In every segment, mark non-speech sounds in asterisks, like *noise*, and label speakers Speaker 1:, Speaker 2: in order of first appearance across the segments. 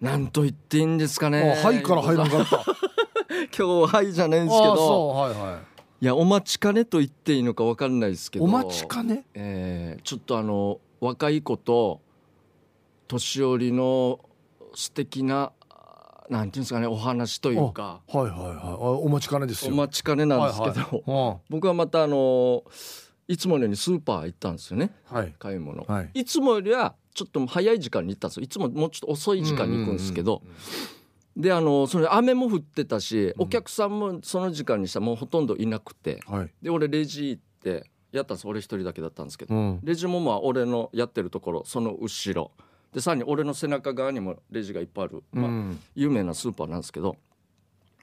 Speaker 1: なんと言っていいんですかね。
Speaker 2: あはいから入らなかった。
Speaker 1: *laughs* 今日はいじゃないんですけ
Speaker 2: あ
Speaker 1: ど。
Speaker 2: あそうはいはい
Speaker 1: やお待ちかねと言っていいのかわかんないですけ
Speaker 2: い。
Speaker 1: ど。
Speaker 2: お待ちかね。
Speaker 1: えーちょっとあの若い子と年寄りの素敵なあーなんていうんですかねお話というか
Speaker 2: はいはいはい。あお待ちかねです
Speaker 1: お
Speaker 2: よ。
Speaker 1: 待ちかねなんですけど、
Speaker 2: は
Speaker 1: 僕はまたあのいつものようにスーパー行ったんですよね
Speaker 2: いはい
Speaker 1: 買い物、
Speaker 2: はい。
Speaker 1: い、つもよりはちょっと早い時間に行ったんですよいつももうちょっと遅い時間に行くんですけど、
Speaker 2: う
Speaker 1: であのそれ雨も降ってたし
Speaker 2: うん
Speaker 1: お客さんもその時間にしたらもうほとんどいなくて
Speaker 2: んうんうん。はい。
Speaker 1: で俺レジ行ってやったんです俺一人だけだったんですけど
Speaker 2: うん。
Speaker 1: レジもまあ俺のやってるところその後ろでさらに俺の背中側にもレジがいっぱいある、
Speaker 2: う
Speaker 1: まあ、
Speaker 2: ん。
Speaker 1: 有名なスーパーなんですけど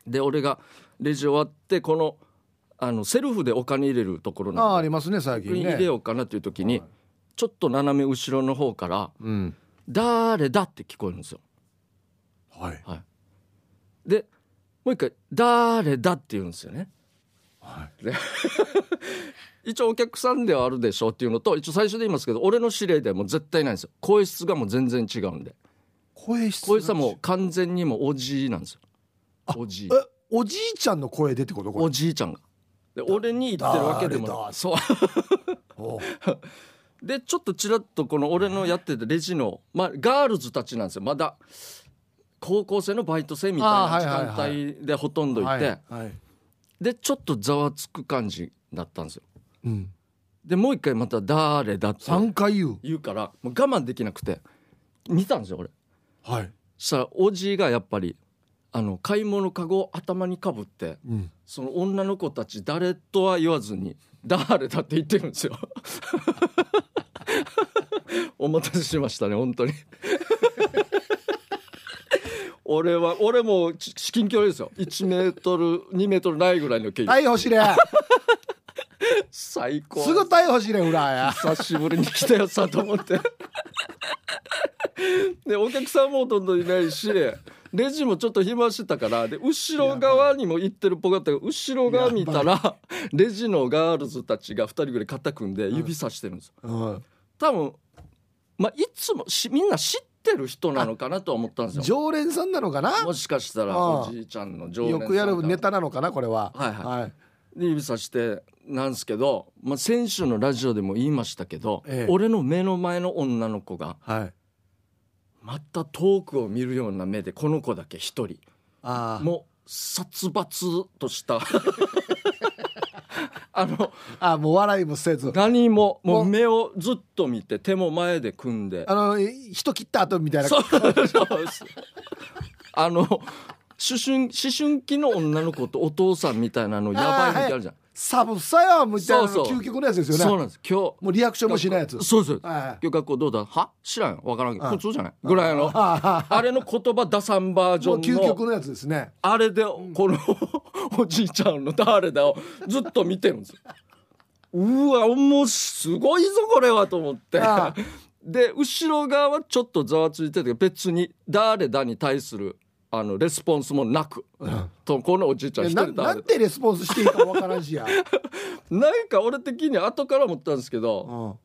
Speaker 1: で俺がレジ終わってこのあのセルフでお金入れるところ
Speaker 2: ああ
Speaker 1: な
Speaker 2: あ
Speaker 1: んで
Speaker 2: りますね最
Speaker 1: ここ
Speaker 2: 近
Speaker 1: に
Speaker 2: ね。
Speaker 1: 入れようかなという時に
Speaker 2: はい
Speaker 1: ちょっと斜め後ろの方から
Speaker 2: うん。
Speaker 1: 「誰だ?」って聞こえるんですよ。
Speaker 2: はい
Speaker 1: でもう一回「誰だ?」って言うんですよね。
Speaker 2: はい。
Speaker 1: 一応お客さんではあるでしょうっていうのと一応最初で言いますけど俺の指令ではもう絶対ないんですよ声質がもう全然違うんで
Speaker 2: 声質。
Speaker 1: 小さんもう完全にもうおじいなんですよおじい
Speaker 2: えおじいちゃんの声でってことこ
Speaker 1: お
Speaker 2: れ。
Speaker 1: じいちゃんがで俺に言ってるわけでも
Speaker 2: 誰
Speaker 1: な
Speaker 2: だ
Speaker 1: いそう
Speaker 2: おう
Speaker 1: でちょっとちらっとこの俺のやってたレジの、まあ、ガールズたちなんですよまだ高校生のバイト生みたいな時
Speaker 2: あーはいはいはい
Speaker 1: 間帯でほとんどいて、
Speaker 2: はいはい。
Speaker 1: でちょっとざわつく感じだったんですよ
Speaker 2: うん。
Speaker 1: でもう一回また「誰だ?」って
Speaker 2: 三回言う。
Speaker 1: 言うからもう我慢できなくて見たんですよ俺
Speaker 2: はい。
Speaker 1: したらおじいがやっぱりあの買い物かごを頭にかぶって
Speaker 2: うん。
Speaker 1: その女の子たち誰とは言わずに誰だって言ってるんですよ *laughs* お待たせしましたね本当に *laughs* 俺は俺もち至近距離ですよ1メートル2メートルないぐらいの距離、
Speaker 2: 逮捕しれ。
Speaker 1: 最高
Speaker 2: すぐ逮捕しれ裏や。
Speaker 1: 久しぶりに来た *laughs* やつだと思ってでお客さんもほとんどいないしレジもちょっと暇してたからで後ろ側にも行ってるっぽかったけど後ろ側見たらレジのガールズたちが2人ぐらい肩組んで指さしてるんですよ
Speaker 2: うん。
Speaker 1: 多分まあいつもしみんな知ってる人なのかなとは思ったんですよ
Speaker 2: 常連さんなのかな。
Speaker 1: もしかしたら
Speaker 2: ああ
Speaker 1: おじいちゃんの常連さ
Speaker 2: よ
Speaker 1: んが
Speaker 2: くやるネタなのかなこれは。
Speaker 1: はいはい
Speaker 2: はい。
Speaker 1: で指さしてなんですけど、まあ、先週のラジオでも言いましたけど、
Speaker 2: ええ
Speaker 1: 俺の目の前の女の子が
Speaker 2: はい。
Speaker 1: また遠くを見るような目でこの子だけ一人
Speaker 2: あ
Speaker 1: もう殺伐とした *laughs* あの
Speaker 2: あ。あもう笑いもせず。
Speaker 1: 何もも
Speaker 2: お
Speaker 1: う目をずっと見て手も前で組んで
Speaker 2: あの人切った後みたいな。
Speaker 1: そうそうですあの思春思春期の女の子とお父さんみたいなのやばい時あるじゃん、
Speaker 2: サブさやみたいな
Speaker 1: そうそう
Speaker 2: 究極のやつですよね。
Speaker 1: そうなんです今日
Speaker 2: もうリアクションもしないやつ。
Speaker 1: そうそう
Speaker 2: はい。
Speaker 1: 今日学校どうだは知らんよ分からんけど
Speaker 2: うん
Speaker 1: 普通じゃないぐらいの
Speaker 2: あ
Speaker 1: あれの言葉出さんバー
Speaker 2: あ
Speaker 1: ジ
Speaker 2: も
Speaker 1: ョ
Speaker 2: う
Speaker 1: ン
Speaker 2: 究
Speaker 1: の
Speaker 2: 極のやつですね。
Speaker 1: あれでこの *laughs* おじいちゃんの誰だをずっと見てるんですよ。うわもうすごいぞこれはと思って
Speaker 2: ああ
Speaker 1: *laughs* で後ろ側はちょっとざわついてて別に誰だに対するあのレスポンスもなく
Speaker 2: うん
Speaker 1: とこのおじいちゃん一
Speaker 2: な
Speaker 1: 人
Speaker 2: な
Speaker 1: 誰
Speaker 2: ん
Speaker 1: だ
Speaker 2: てレスポンスしていいかわから
Speaker 1: *laughs*
Speaker 2: んしや。
Speaker 1: なんか俺的には後から思ったんですけ
Speaker 2: う
Speaker 1: ど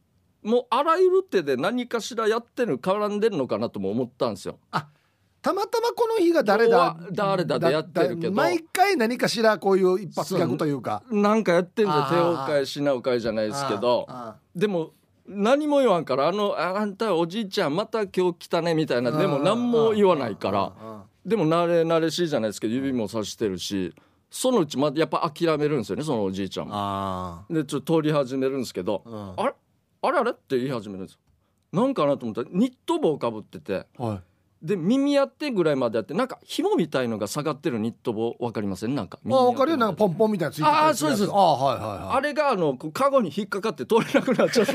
Speaker 2: ん
Speaker 1: もうあらゆる手で何かしらやってる絡んでるのかなとも思ったんですよ。
Speaker 2: たまたまこの日が誰だ
Speaker 1: 今日は誰だでやってるけど
Speaker 2: 毎回何かしらこういう一発ギャグというか
Speaker 1: なんかやってんじゃん
Speaker 2: ああ
Speaker 1: 手を変え品を変えじゃないですけど。
Speaker 2: あ
Speaker 1: でも何も言わんからあのああんたおじいちゃんまた今日来たねみたいな
Speaker 2: あ
Speaker 1: でも何も言わないから
Speaker 2: ああ
Speaker 1: でも慣れ慣れしいじゃないですけど指もさしてるしそのうちまやっぱ諦めるんですよねそのおじいちゃんも。
Speaker 2: あ
Speaker 1: でちょっと通り始めるんですけど
Speaker 2: ああ
Speaker 1: あれあれあれって言い始めるんですよ。なんかなと思ったらニット帽かぶってて
Speaker 2: あはい
Speaker 1: で耳当てぐらいまであってなんか紐みたいのが下がってるニット帽分かりませんなんか
Speaker 2: まあわかるよなんか
Speaker 1: ン
Speaker 2: ポンポンみたいなのついて
Speaker 1: ああそうですそうです
Speaker 2: ああはいはいはい
Speaker 1: あれがあのこうカゴに引っかかって通れなくなっちゃ
Speaker 2: *laughs*
Speaker 1: って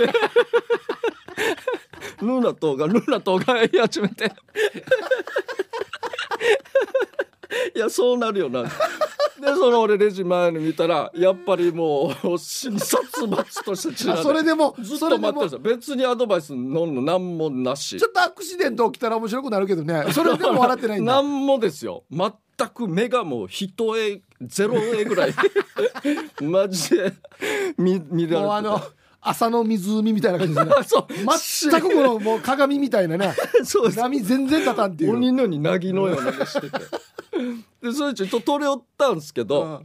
Speaker 1: ルナとがルナとが言い始め
Speaker 2: *laughs*
Speaker 1: ていやそうなるよなでその俺レジ前に見たらやっぱりもう *laughs* 死に殺伐としてちら
Speaker 2: あそれでも
Speaker 1: ずっ
Speaker 2: そ
Speaker 1: と
Speaker 2: れで
Speaker 1: 待って
Speaker 2: も
Speaker 1: るんですよ
Speaker 2: ち
Speaker 1: 別にアドバイスのんの何もなし
Speaker 2: ょっとアクシデント起きたら面白くなるけどねそれでも笑ってない
Speaker 1: *laughs*
Speaker 2: んだ
Speaker 1: 何もですよ全く目がもう一
Speaker 2: *laughs*
Speaker 1: 重ゼロ重ぐらいマジで見見られてた
Speaker 2: もうあの浅の湖みたいな感じ
Speaker 1: *laughs*
Speaker 2: ですね
Speaker 1: そう
Speaker 2: 全くこのもう鏡みたいなね
Speaker 1: そうです
Speaker 2: 波全然立たんっていう
Speaker 1: 鬼のように凪のようなのしてて *laughs* でそれちょっと取れおったんですけど、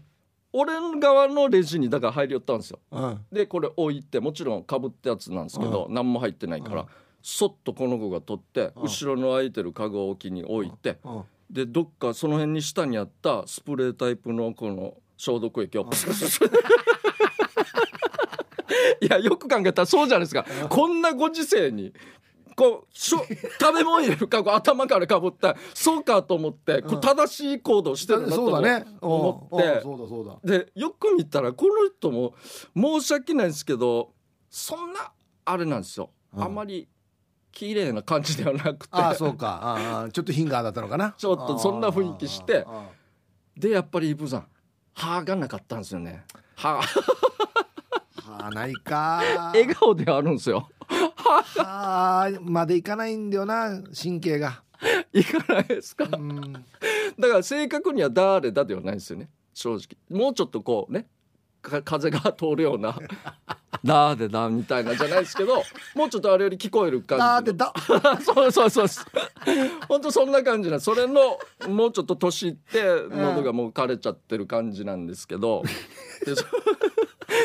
Speaker 1: 俺側のレジにだから入り寄ったんですよ
Speaker 2: うんうん
Speaker 1: でこれ置いてもちろんかぶったやつなんですけど、何も入ってないから、
Speaker 2: うん
Speaker 1: そっとこの子が取って、
Speaker 2: うん
Speaker 1: 後ろの空いてるカゴ置きに置いて、
Speaker 2: うん
Speaker 1: でどっかその辺に下にあったスプレータイプのこの消毒液をプスプスプス *laughs* いやよく考えたらそうじゃないですかこんなご時世にこうしょ食べ物入れるかこう頭からかぶったそうかと思ってこ
Speaker 2: うん
Speaker 1: う正しい行動してるなと
Speaker 2: そうだね
Speaker 1: 思って
Speaker 2: うんうんそうだそうだ
Speaker 1: でよく見たらこの人も申し訳ないですけどそんなあれなんですよ、
Speaker 2: うん
Speaker 1: あまり綺麗な感じではなくて
Speaker 2: ああそうかああああちょっとヒンガーだったのかな
Speaker 1: ちょっとそんな雰囲気して
Speaker 2: ああああ
Speaker 1: でやっぱりイブさん歯がなかったんですよね歯
Speaker 2: はあないか
Speaker 1: 笑顔ではあるんですよ
Speaker 2: はあまでいかないんだよな神経が
Speaker 1: いかないですか
Speaker 2: うん
Speaker 1: だから正確には誰だではないんですよね正直もうちょっとこうねか風が通るよう
Speaker 2: *laughs*
Speaker 1: な「だ」で「だ」みたいなんじゃないですけどもうちょっとあれより聞こえる感じの
Speaker 2: だってだ
Speaker 1: *laughs* そうそうそうそう。本当そんな感じなそれのもうちょっと年いって喉がもう枯れちゃってる感じなんですけど、で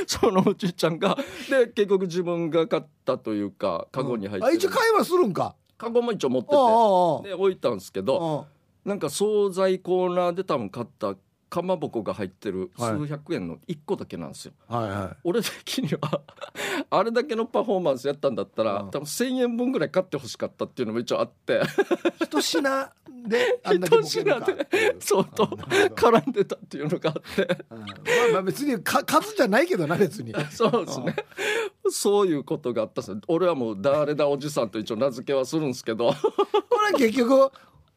Speaker 1: そそ *laughs* のおじいちゃんがで結局自分が買ったというかカゴに入って
Speaker 2: あ
Speaker 1: る、
Speaker 2: 一応会話するんか
Speaker 1: カゴも一応持って
Speaker 2: あああ
Speaker 1: て
Speaker 2: あ
Speaker 1: で置いたんですけど
Speaker 2: あ
Speaker 1: なんか惣菜コーナーで多分買ったかまぼこが入ってる
Speaker 2: はい
Speaker 1: 数百円の1個だけなんですよ。
Speaker 2: あはいはい
Speaker 1: 俺的には *laughs* あれだけのパフォーマンスやったんだったら、
Speaker 2: うん
Speaker 1: 多分1,000円分ぐらい買ってほしかったっていうのも一応あって。
Speaker 2: 一品であんだけボケるか
Speaker 1: 一相当
Speaker 2: あなるほど
Speaker 1: 絡んでたっていうのがあ
Speaker 2: *laughs*
Speaker 1: って
Speaker 2: うんまあまあ別にか数じゃないけどな
Speaker 1: *laughs*
Speaker 2: 別に
Speaker 1: そうですねそういうことがあったんですよ俺はもう誰だおじさんと一応名付けはするんですけど
Speaker 2: これは結局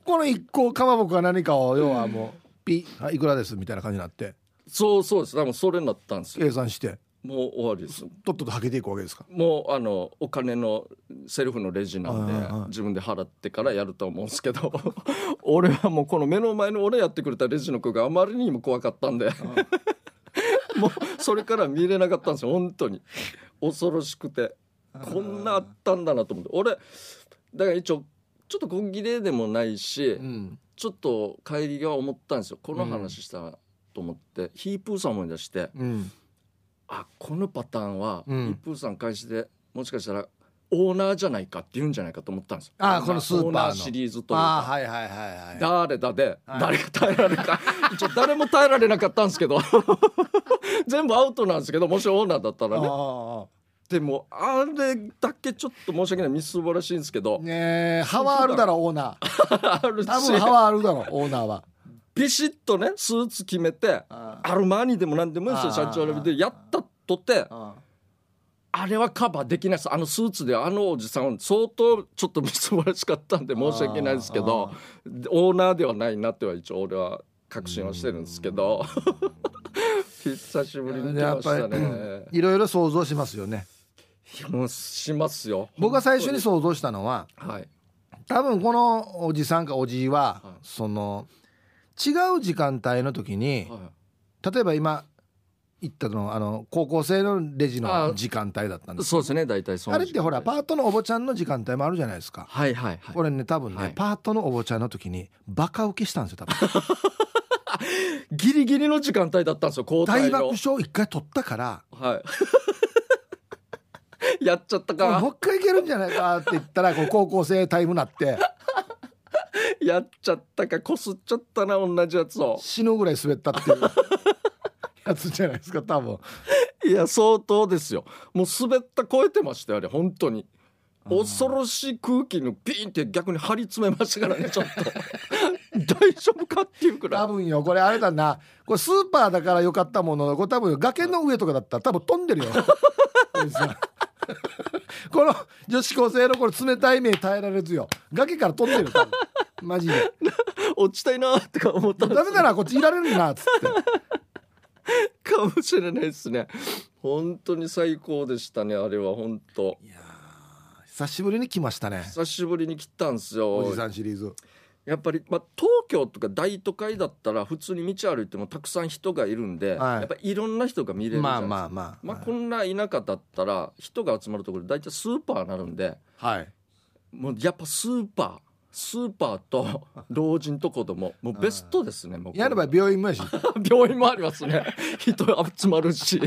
Speaker 2: この一個かまぼこが何かを要はもうピはいいくらですみたいな感じになって
Speaker 1: そうそうですでもそれになったんですよ
Speaker 2: 計算して
Speaker 1: もう終わりです
Speaker 2: とっととはけていくわけですか
Speaker 1: もうあのお金のセルフのレジなんで
Speaker 2: はいはいはい
Speaker 1: 自分で払ってからやると思うんですけど *laughs* 俺はもうこの目の前の俺やってくれたレジの子があまりにも怖かったんで *laughs* もうそれから見れなかったんですよ本当に恐ろしくてこんなあったんだなと思って俺だから一応ちょっと根切れでもないし、
Speaker 2: うん
Speaker 1: ちょっと帰りが思ったんですよこの話したらと思って、ヒープーさん思い出して
Speaker 2: うん
Speaker 1: あこのパターンは、
Speaker 2: うん
Speaker 1: ヒープーさん開始でもしかしたらオーナーじゃないかって言うんじゃないかと思ったんですよ
Speaker 2: あーこのスーパーの
Speaker 1: オーナーシリーズというか
Speaker 2: ああはいはいはいはい
Speaker 1: 誰だで
Speaker 2: はい
Speaker 1: 誰が耐えられる
Speaker 2: *laughs*
Speaker 1: か、一応誰も耐えられなかったんですけど *laughs* 全部アウトなんですけどもしオーナーだったらね
Speaker 2: あ
Speaker 1: でもあれだけちょっと申し訳ないみすぼらしいんですけど
Speaker 2: あねえ歯はあるだろうオーナー
Speaker 1: あるし
Speaker 2: 多分歯はあるだろうオーナーは
Speaker 1: ビシッとねスーツ決めて
Speaker 2: あ
Speaker 1: アルマーニでも何でもいいんですよ
Speaker 2: あ
Speaker 1: 社
Speaker 2: ー
Speaker 1: 長選びでやったとて
Speaker 2: あ
Speaker 1: あれはカバーできないですあのスーツであのおじさん相当ちょっとみすぼらしかったんで申し訳ないですけどオーナーではないなっては一応俺は確信はしてるんですけど久 *laughs* しぶりに来
Speaker 2: や
Speaker 1: ま
Speaker 2: っ
Speaker 1: し
Speaker 2: ぱり
Speaker 1: たね
Speaker 2: いろいろ想像しますよね
Speaker 1: もうしますよ
Speaker 2: 僕が最初に想像したのは
Speaker 1: はい
Speaker 2: 多分このおじさんかおじい
Speaker 1: は
Speaker 2: は、
Speaker 1: い
Speaker 2: その違う時間帯の時に
Speaker 1: は
Speaker 2: 例えば今言ったのあの高校生のレジの
Speaker 1: あ
Speaker 2: 時間帯だったんで
Speaker 1: い
Speaker 2: す
Speaker 1: そうですね大体そ
Speaker 2: あ
Speaker 1: の
Speaker 2: れってほらパートのおぼちゃんの時間帯もあるじゃないですか、
Speaker 1: はいはいはい
Speaker 2: 俺ね多分ね、
Speaker 1: はい
Speaker 2: パートのおぼちゃんの時にバカ受けしたんですよ多分
Speaker 1: ギリギリの時間帯だったんですよ交代の
Speaker 2: 大爆笑一回取ったから
Speaker 1: はいやっちゃった
Speaker 2: も
Speaker 1: か
Speaker 2: う一回いけるんじゃないかって言ったらこう高校生タイムなって
Speaker 1: やっちゃったかこすっちゃったな同じやつを
Speaker 2: 死ぬぐらい滑ったっていうやつじゃないですか多分
Speaker 1: いや相当ですよもう滑った超えてましたよあれ本当に恐ろしい空気のピンって逆に張り詰めましたからねちょっと *laughs* 大丈夫かっていうくら
Speaker 2: 多
Speaker 1: い
Speaker 2: 分よこれあれだなこれスーパーだからよかったもののこれ多分崖の上とかだったら多分飛んでるよ *laughs* おじさんこの女子高生のこれ冷たい目耐えられずよ崖から飛んでるよ多分マジで
Speaker 1: 落ちたいなーとか思った
Speaker 2: ダ
Speaker 1: んで
Speaker 2: メ
Speaker 1: す
Speaker 2: だなこっちいられるなっつって
Speaker 1: かもしれないですね本当に最高でしたねあれは本当
Speaker 2: 久しぶりに来ましたね
Speaker 1: 久しぶりに来たんですよ
Speaker 2: おじさんシリーズ
Speaker 1: やっぱり、まあ、東京とか大都会だったら普通に道歩いてもたくさん人がいるんで、
Speaker 2: はい
Speaker 1: やっぱりいろんな人が見れるじゃ
Speaker 2: ま
Speaker 1: ない
Speaker 2: あ
Speaker 1: ですか、
Speaker 2: まあまあ
Speaker 1: まあ、こんな田舎だったら人が集まるところで大体スーパーになるんで
Speaker 2: はい
Speaker 1: もうやっぱスーパースーパーと老人と子供もうベストですねもう
Speaker 2: やれば病院もやし
Speaker 1: *laughs* 病院もありますね *laughs* 人集まるし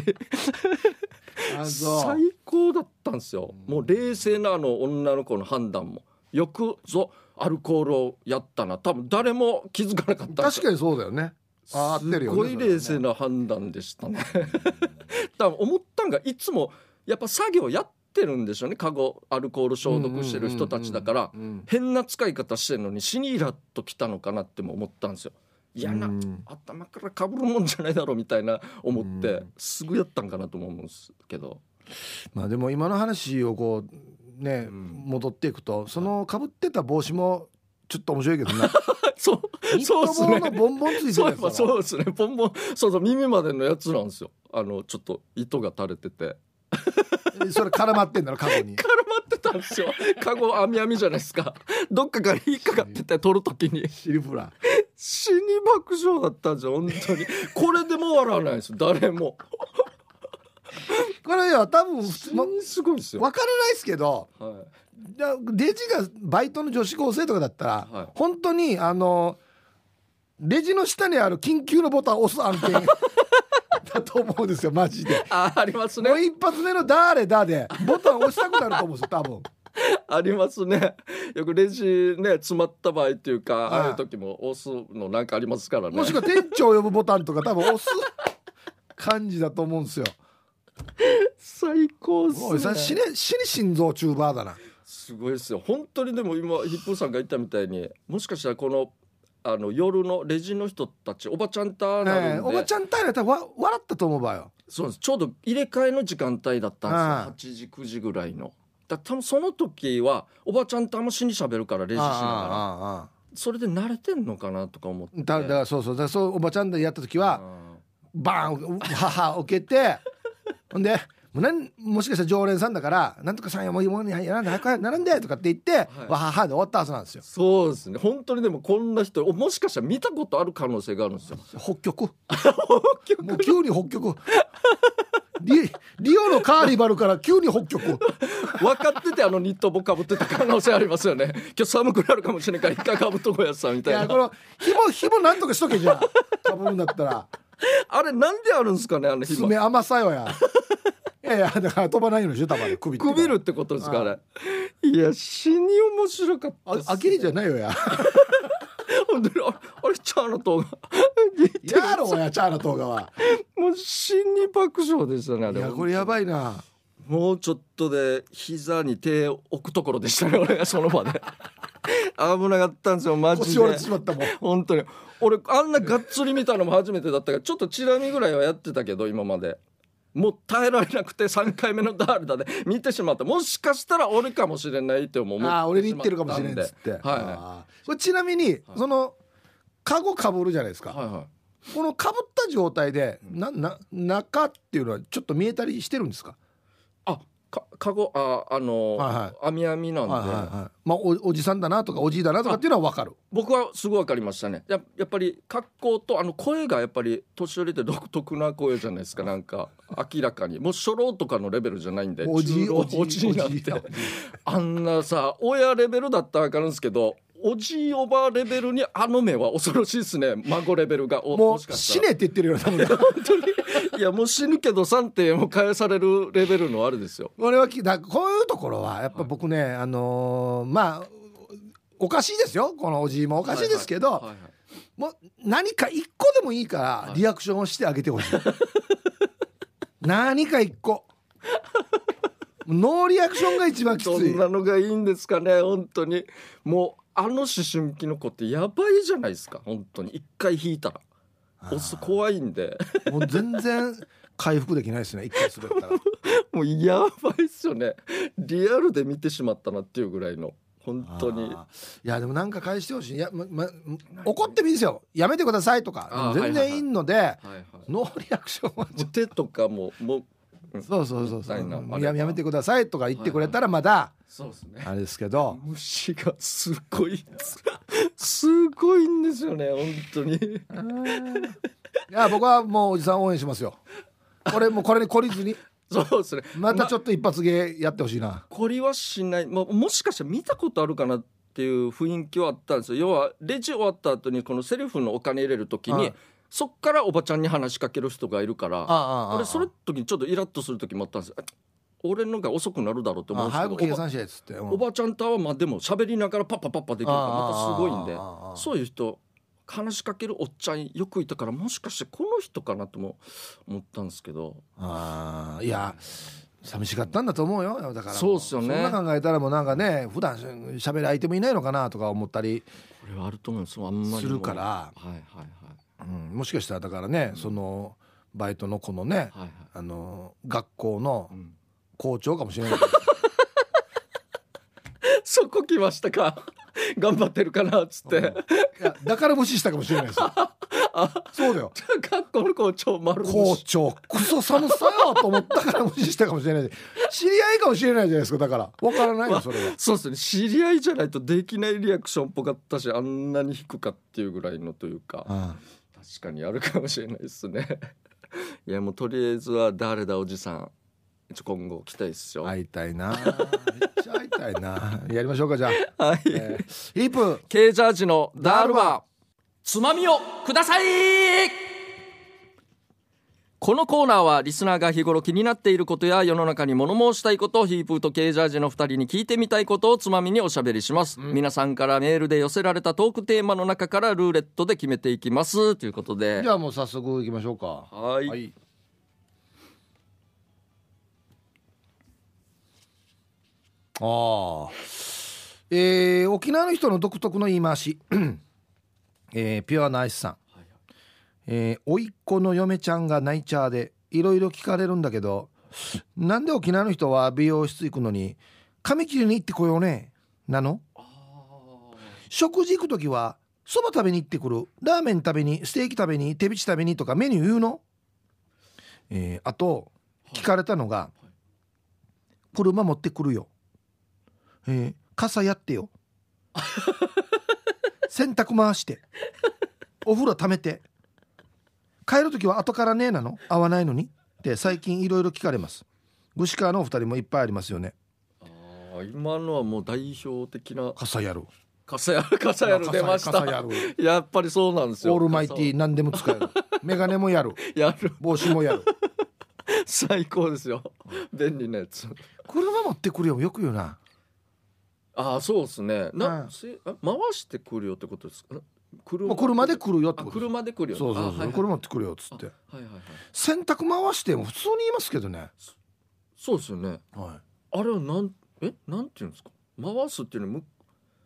Speaker 2: あ
Speaker 1: 最高だったんですよもう冷静なあの女の子の判断もよくぞアルコールをやったな多分誰も気づかなかったんです
Speaker 2: 確
Speaker 1: よ
Speaker 2: かにそうだよねあー合ってるよね
Speaker 1: すごい冷
Speaker 2: それ
Speaker 1: 静
Speaker 2: はね
Speaker 1: な判断でしたね *laughs* 多分思ったんがいつもやっぱ作業やってるんでしょうねカゴアルコール消毒してる人たちだから
Speaker 2: うん
Speaker 1: 変な使い方してるのに死にイラッときたのかなっても思ったんですよ嫌な
Speaker 2: うん
Speaker 1: 頭からかぶるもんじゃないだろうみたいな思っ
Speaker 2: う
Speaker 1: て
Speaker 2: ん
Speaker 1: すぐやったんかなとも思うんですけど
Speaker 2: まあでも今の話をこうね
Speaker 1: うん
Speaker 2: 戻っていくとそのかぶってた帽子もちょっと面白いけどな
Speaker 1: *laughs* そう
Speaker 2: ニ
Speaker 1: *laughs*
Speaker 2: ッ
Speaker 1: そう
Speaker 2: ト
Speaker 1: です
Speaker 2: 帽の
Speaker 1: ね
Speaker 2: ボンボンついてる
Speaker 1: そうい
Speaker 2: やつだ
Speaker 1: え
Speaker 2: ろ
Speaker 1: ばそうですねポンポンそうそう耳までのやつなんですよあのちょっと糸が垂れてて
Speaker 2: それ絡まってんだろ過去に
Speaker 1: 絡まってたんですよカゴ網網じゃないですかどっかから引っかかってて取るときに
Speaker 2: シルブラ
Speaker 1: 死に爆笑だったんですよ本当にこれでも笑わないですよ誰も
Speaker 2: これは多分普通の
Speaker 1: 死にすごいですよ
Speaker 2: 分からないですけど
Speaker 1: は
Speaker 2: だレジがバイトの女子高生とかだったら、
Speaker 1: はい
Speaker 2: 本当にあのレジの下にある緊急のボタンを押す案件 *laughs* だと思うんですよマジで
Speaker 1: い。ああります
Speaker 2: もう
Speaker 1: ね
Speaker 2: 一発目の「だーれだ」でボタン押したくなると思うんですよ多分
Speaker 1: ありますねよくレジね詰まった場合っていうか、
Speaker 2: はい
Speaker 1: ああいう時も押すのなんかありますから *laughs* ね
Speaker 2: もしくは店長呼ぶボタンとか多分押す感じだと思うんですよ
Speaker 1: 最高っす
Speaker 2: おいさ
Speaker 1: ね
Speaker 2: 死ね死に心臓チューバーだな
Speaker 1: すごいですよ本当にでも今ヒップーさんが言ったみたいにもしかしたらこのあの夜のレジの人たちおばちゃんたーなるんで、
Speaker 2: ええおばちゃんタイラ多分わ笑ったと思うばよ
Speaker 1: そうなんですちょうど入れ替えの時間帯だったんですよ、
Speaker 2: ああ
Speaker 1: 8時9時ぐらいのだ多分その時はおばちゃんとあんま死にしゃべるからレジしながら
Speaker 2: あああああ
Speaker 1: それで慣れてんのかなとか思って
Speaker 2: あだだからそうそうだからそうおばちゃんでやった時は、
Speaker 1: うん
Speaker 2: バーン母受けて *laughs* ほんでもうなんもしかしたら常連さんだから「なんとかさんやもういいもんにやらんで早く並んで」とかって言って「
Speaker 1: はい
Speaker 2: わはは」で終わったはずなんですよ
Speaker 1: そうですね本当にでもこんな人おもしかしたら見たことある可能性があるんですよ
Speaker 2: 北極もう急に北極リリオのカーニバルから急に北極
Speaker 1: 分かっててあのニット帽かぶってた可能性ありますよね今日寒くなるかもしれないから一回かぶっとこうやつさんみ
Speaker 2: い
Speaker 1: たいな
Speaker 2: やこのひもひもなんとかしとけじゃあかぶるんだったら
Speaker 1: あれなんであるんですかねあの日
Speaker 2: 爪甘さよやいやいやだから飛ばないようにしてたまで首って
Speaker 1: くびるってことですかあれいや死に面白かった
Speaker 2: あ
Speaker 1: です
Speaker 2: あきれじゃないよや
Speaker 1: 本当にあれあれチャーの動画
Speaker 2: やろうやチャーの動画は
Speaker 1: もう死に爆笑でしたねあ
Speaker 2: い
Speaker 1: れ
Speaker 2: やこれやばいな
Speaker 1: もうちょっとで膝に手を置くところでしたね *laughs* 俺がその場で危なかったんですよマジ
Speaker 2: 腰折れ
Speaker 1: で
Speaker 2: てしまったもん
Speaker 1: 本当に俺あんながっつり見たのも初めてだったからちょっとチラ見ぐらいはやってたけど今までもう耐えられなくて3回目のダールだで見てしまったもしかしたら俺かもしれないって思ってしまったんで
Speaker 2: ああ俺に言ってるかもしれんっつって、
Speaker 1: はい
Speaker 2: あーこれちなみに、そのカゴかぶるじゃないですか、
Speaker 1: はいはい
Speaker 2: このかぶった状態でなな中っていうのはちょっと見えたりしてるんですか、
Speaker 1: あかかごああの
Speaker 2: はいはい
Speaker 1: 網網なんで、
Speaker 2: はいはいはいまあおおじさんだなとかおじいだなとかっていうのは分かる
Speaker 1: 僕はすごい分かりましたねややっぱり格好とあの声がやっぱり年寄りって独特な声じゃないですかなんか明らかにもう初老とかのレベルじゃないんで
Speaker 2: おじい
Speaker 1: 中老
Speaker 2: おじい
Speaker 1: おじいなんて
Speaker 2: おじい
Speaker 1: あんなさ親レベルだったら分かるんですけどおじいおばあレベルにあの目は恐ろしいですね孫レベルがお
Speaker 2: もう
Speaker 1: しかし
Speaker 2: 死
Speaker 1: た
Speaker 2: ね
Speaker 1: ら
Speaker 2: って言ってるような多分
Speaker 1: いやもう死ぬけど3点も返されるレベルのあれですよ
Speaker 2: 俺はきだこういうところはやっぱ僕ね、あのーまあおかしいですよこのおじいもおかしいですけど、
Speaker 1: はいはい
Speaker 2: もう何か一個でもいいから
Speaker 1: はい
Speaker 2: リアクションをしてあげてほしい、 *laughs* 何か一個ノーリアクションが一番きつ
Speaker 1: ど
Speaker 2: い
Speaker 1: んなのがいいんですかね本当にもうあの思春期の子ってやばいじゃないですか本当に一回引いたら押す怖いんで *laughs*
Speaker 2: もう全然回復できないですね一回滑ったら
Speaker 1: もうやばいっすよねリアルで見てしまったなっていうぐらいの本当に
Speaker 2: あーいやでもなんか返してほしいいや、まま、怒ってもいいですよやめてくださいとか
Speaker 1: あー
Speaker 2: でも全
Speaker 1: はいはいはい
Speaker 2: 然いいので、
Speaker 1: はいはい
Speaker 2: ノーリアクションはちょ
Speaker 1: もう手とかももう
Speaker 2: っとそうそうそうそ
Speaker 1: 痛いな
Speaker 2: うややめてくださいとか言ってくれたらまだ
Speaker 1: そうですね
Speaker 2: あれですけど、
Speaker 1: 虫がすごいすごいんですよね本当
Speaker 2: *laughs*
Speaker 1: に
Speaker 2: いや僕はもうおじさん応援しますよこれもうこれに懲りずに
Speaker 1: そうですね
Speaker 2: またちょっと一発芸やってほしいな、
Speaker 1: これはしない、まあ、もしかしたら見たことあるかなっていう雰囲気はあったんですよ要はレジ終わった後にこのセリフのお金入れる時に、
Speaker 2: はい
Speaker 1: そっからおばちゃんに話しかける人がいるから
Speaker 2: あ
Speaker 1: 俺それ時にちょっとイラッとする時もあったんですよあ俺のが遅くなるだろうと思うんですけ
Speaker 2: 早
Speaker 1: ど
Speaker 2: く計算しやっつって、う
Speaker 1: お
Speaker 2: ん
Speaker 1: ばおばちゃんとはまあでも喋りながらパッパパッパできるからまたすごいんで
Speaker 2: ああああああ
Speaker 1: そういう人話しかけるおっちゃんよくいたからもしかしてこの人かなとも思ったんですけど
Speaker 2: ああいや寂しかったんだと思うよだから
Speaker 1: そうっすよね
Speaker 2: そんな考えたらもうなんかね普段喋る相手もいないのかなとか思ったり、
Speaker 1: これはあると思うんですよあんまり
Speaker 2: するから
Speaker 1: はいはいはい
Speaker 2: うん、もしかしたらだからね、そのバイトの子のね、
Speaker 1: はいはい
Speaker 2: あの学校の
Speaker 1: うん
Speaker 2: 校長かもしれない、
Speaker 1: そこ来ましたか *laughs* 頑張ってるかなっつっ
Speaker 2: う
Speaker 1: て
Speaker 2: んいやだから無視したかもしれないですよそうだよ
Speaker 1: 学校の校長丸
Speaker 2: 校
Speaker 1: 腰
Speaker 2: 長クソ寒さよと思ったから無視したかもしれないし知り合いかもしれないじゃないですかだからわからないよそれは。
Speaker 1: そうですね知り合いじゃないとできないリアクションっぽかったしあんなに低かっていうぐらいのというか
Speaker 2: うん
Speaker 1: 確かにあるかもしれないですね *laughs* いやもうとりあえずは誰だおじさんちょ今後来たいっすよはい、
Speaker 2: 会いたいな。めっちゃ会いたいな。 *laughs* やりましょうかじゃあ。えー、ヒープ。
Speaker 1: ケージャージのダールバーつまみをくださいこのコーナーはリスナーが日頃気になっていることや世の中に物申したいことヒープーとケージャージの2人に聞いてみたいことをつまみにおしゃべりします、皆さんからメールで寄せられたトークテーマの中からルーレットで決めていきますということで
Speaker 2: じゃあもう早速行きましょうか。
Speaker 1: はい
Speaker 2: はい。ああ。えー、沖縄の人の独特の言い回し。 *clears throat* えー、ピュアなアイスさん。えー、甥っ子の嫁ちゃんがナイチャーでいろいろ聞かれるんだけどなんで沖縄の人は美容室行くのに髪切りに行ってこようねなの食事行く時はそば食べに行ってくるラーメン食べにステーキ食べに手びち食べにとかメニュー言うの、えーあと聞かれたのが、車持ってくるよ、えー傘や
Speaker 1: *laughs*
Speaker 2: ってよ洗濯回してお風呂溜めて帰る時は後からねえなの合わないのにって最近いろいろ聞かれます具志川のお二人もいっぱいありますよね
Speaker 1: あー今のはもう代表的な
Speaker 2: 傘やる
Speaker 1: カサヤルカサヤル出ました
Speaker 2: 傘やる
Speaker 1: やっぱりそうなんですよ
Speaker 2: オールマイティー何でも使
Speaker 1: *laughs*
Speaker 2: えるメガネもやる
Speaker 1: やる
Speaker 2: 帽子もやる
Speaker 1: 最高ですよ便利なやつ
Speaker 2: 車持ってくるよよく言うな
Speaker 1: ああそうですねな、
Speaker 2: うん
Speaker 1: せあ回してくるよってことですか
Speaker 2: も
Speaker 1: 車
Speaker 2: う車で来るよって
Speaker 1: あ
Speaker 2: こと
Speaker 1: 車で来るよ
Speaker 2: そうそうそう、
Speaker 1: あはいはい
Speaker 2: 車持ってくるよっつって
Speaker 1: はいはいはい
Speaker 2: 洗濯回しても普通に言いますけどね、
Speaker 1: そうですよね
Speaker 2: はい、
Speaker 1: あれはなんえなんていうんですか回すっていうのむ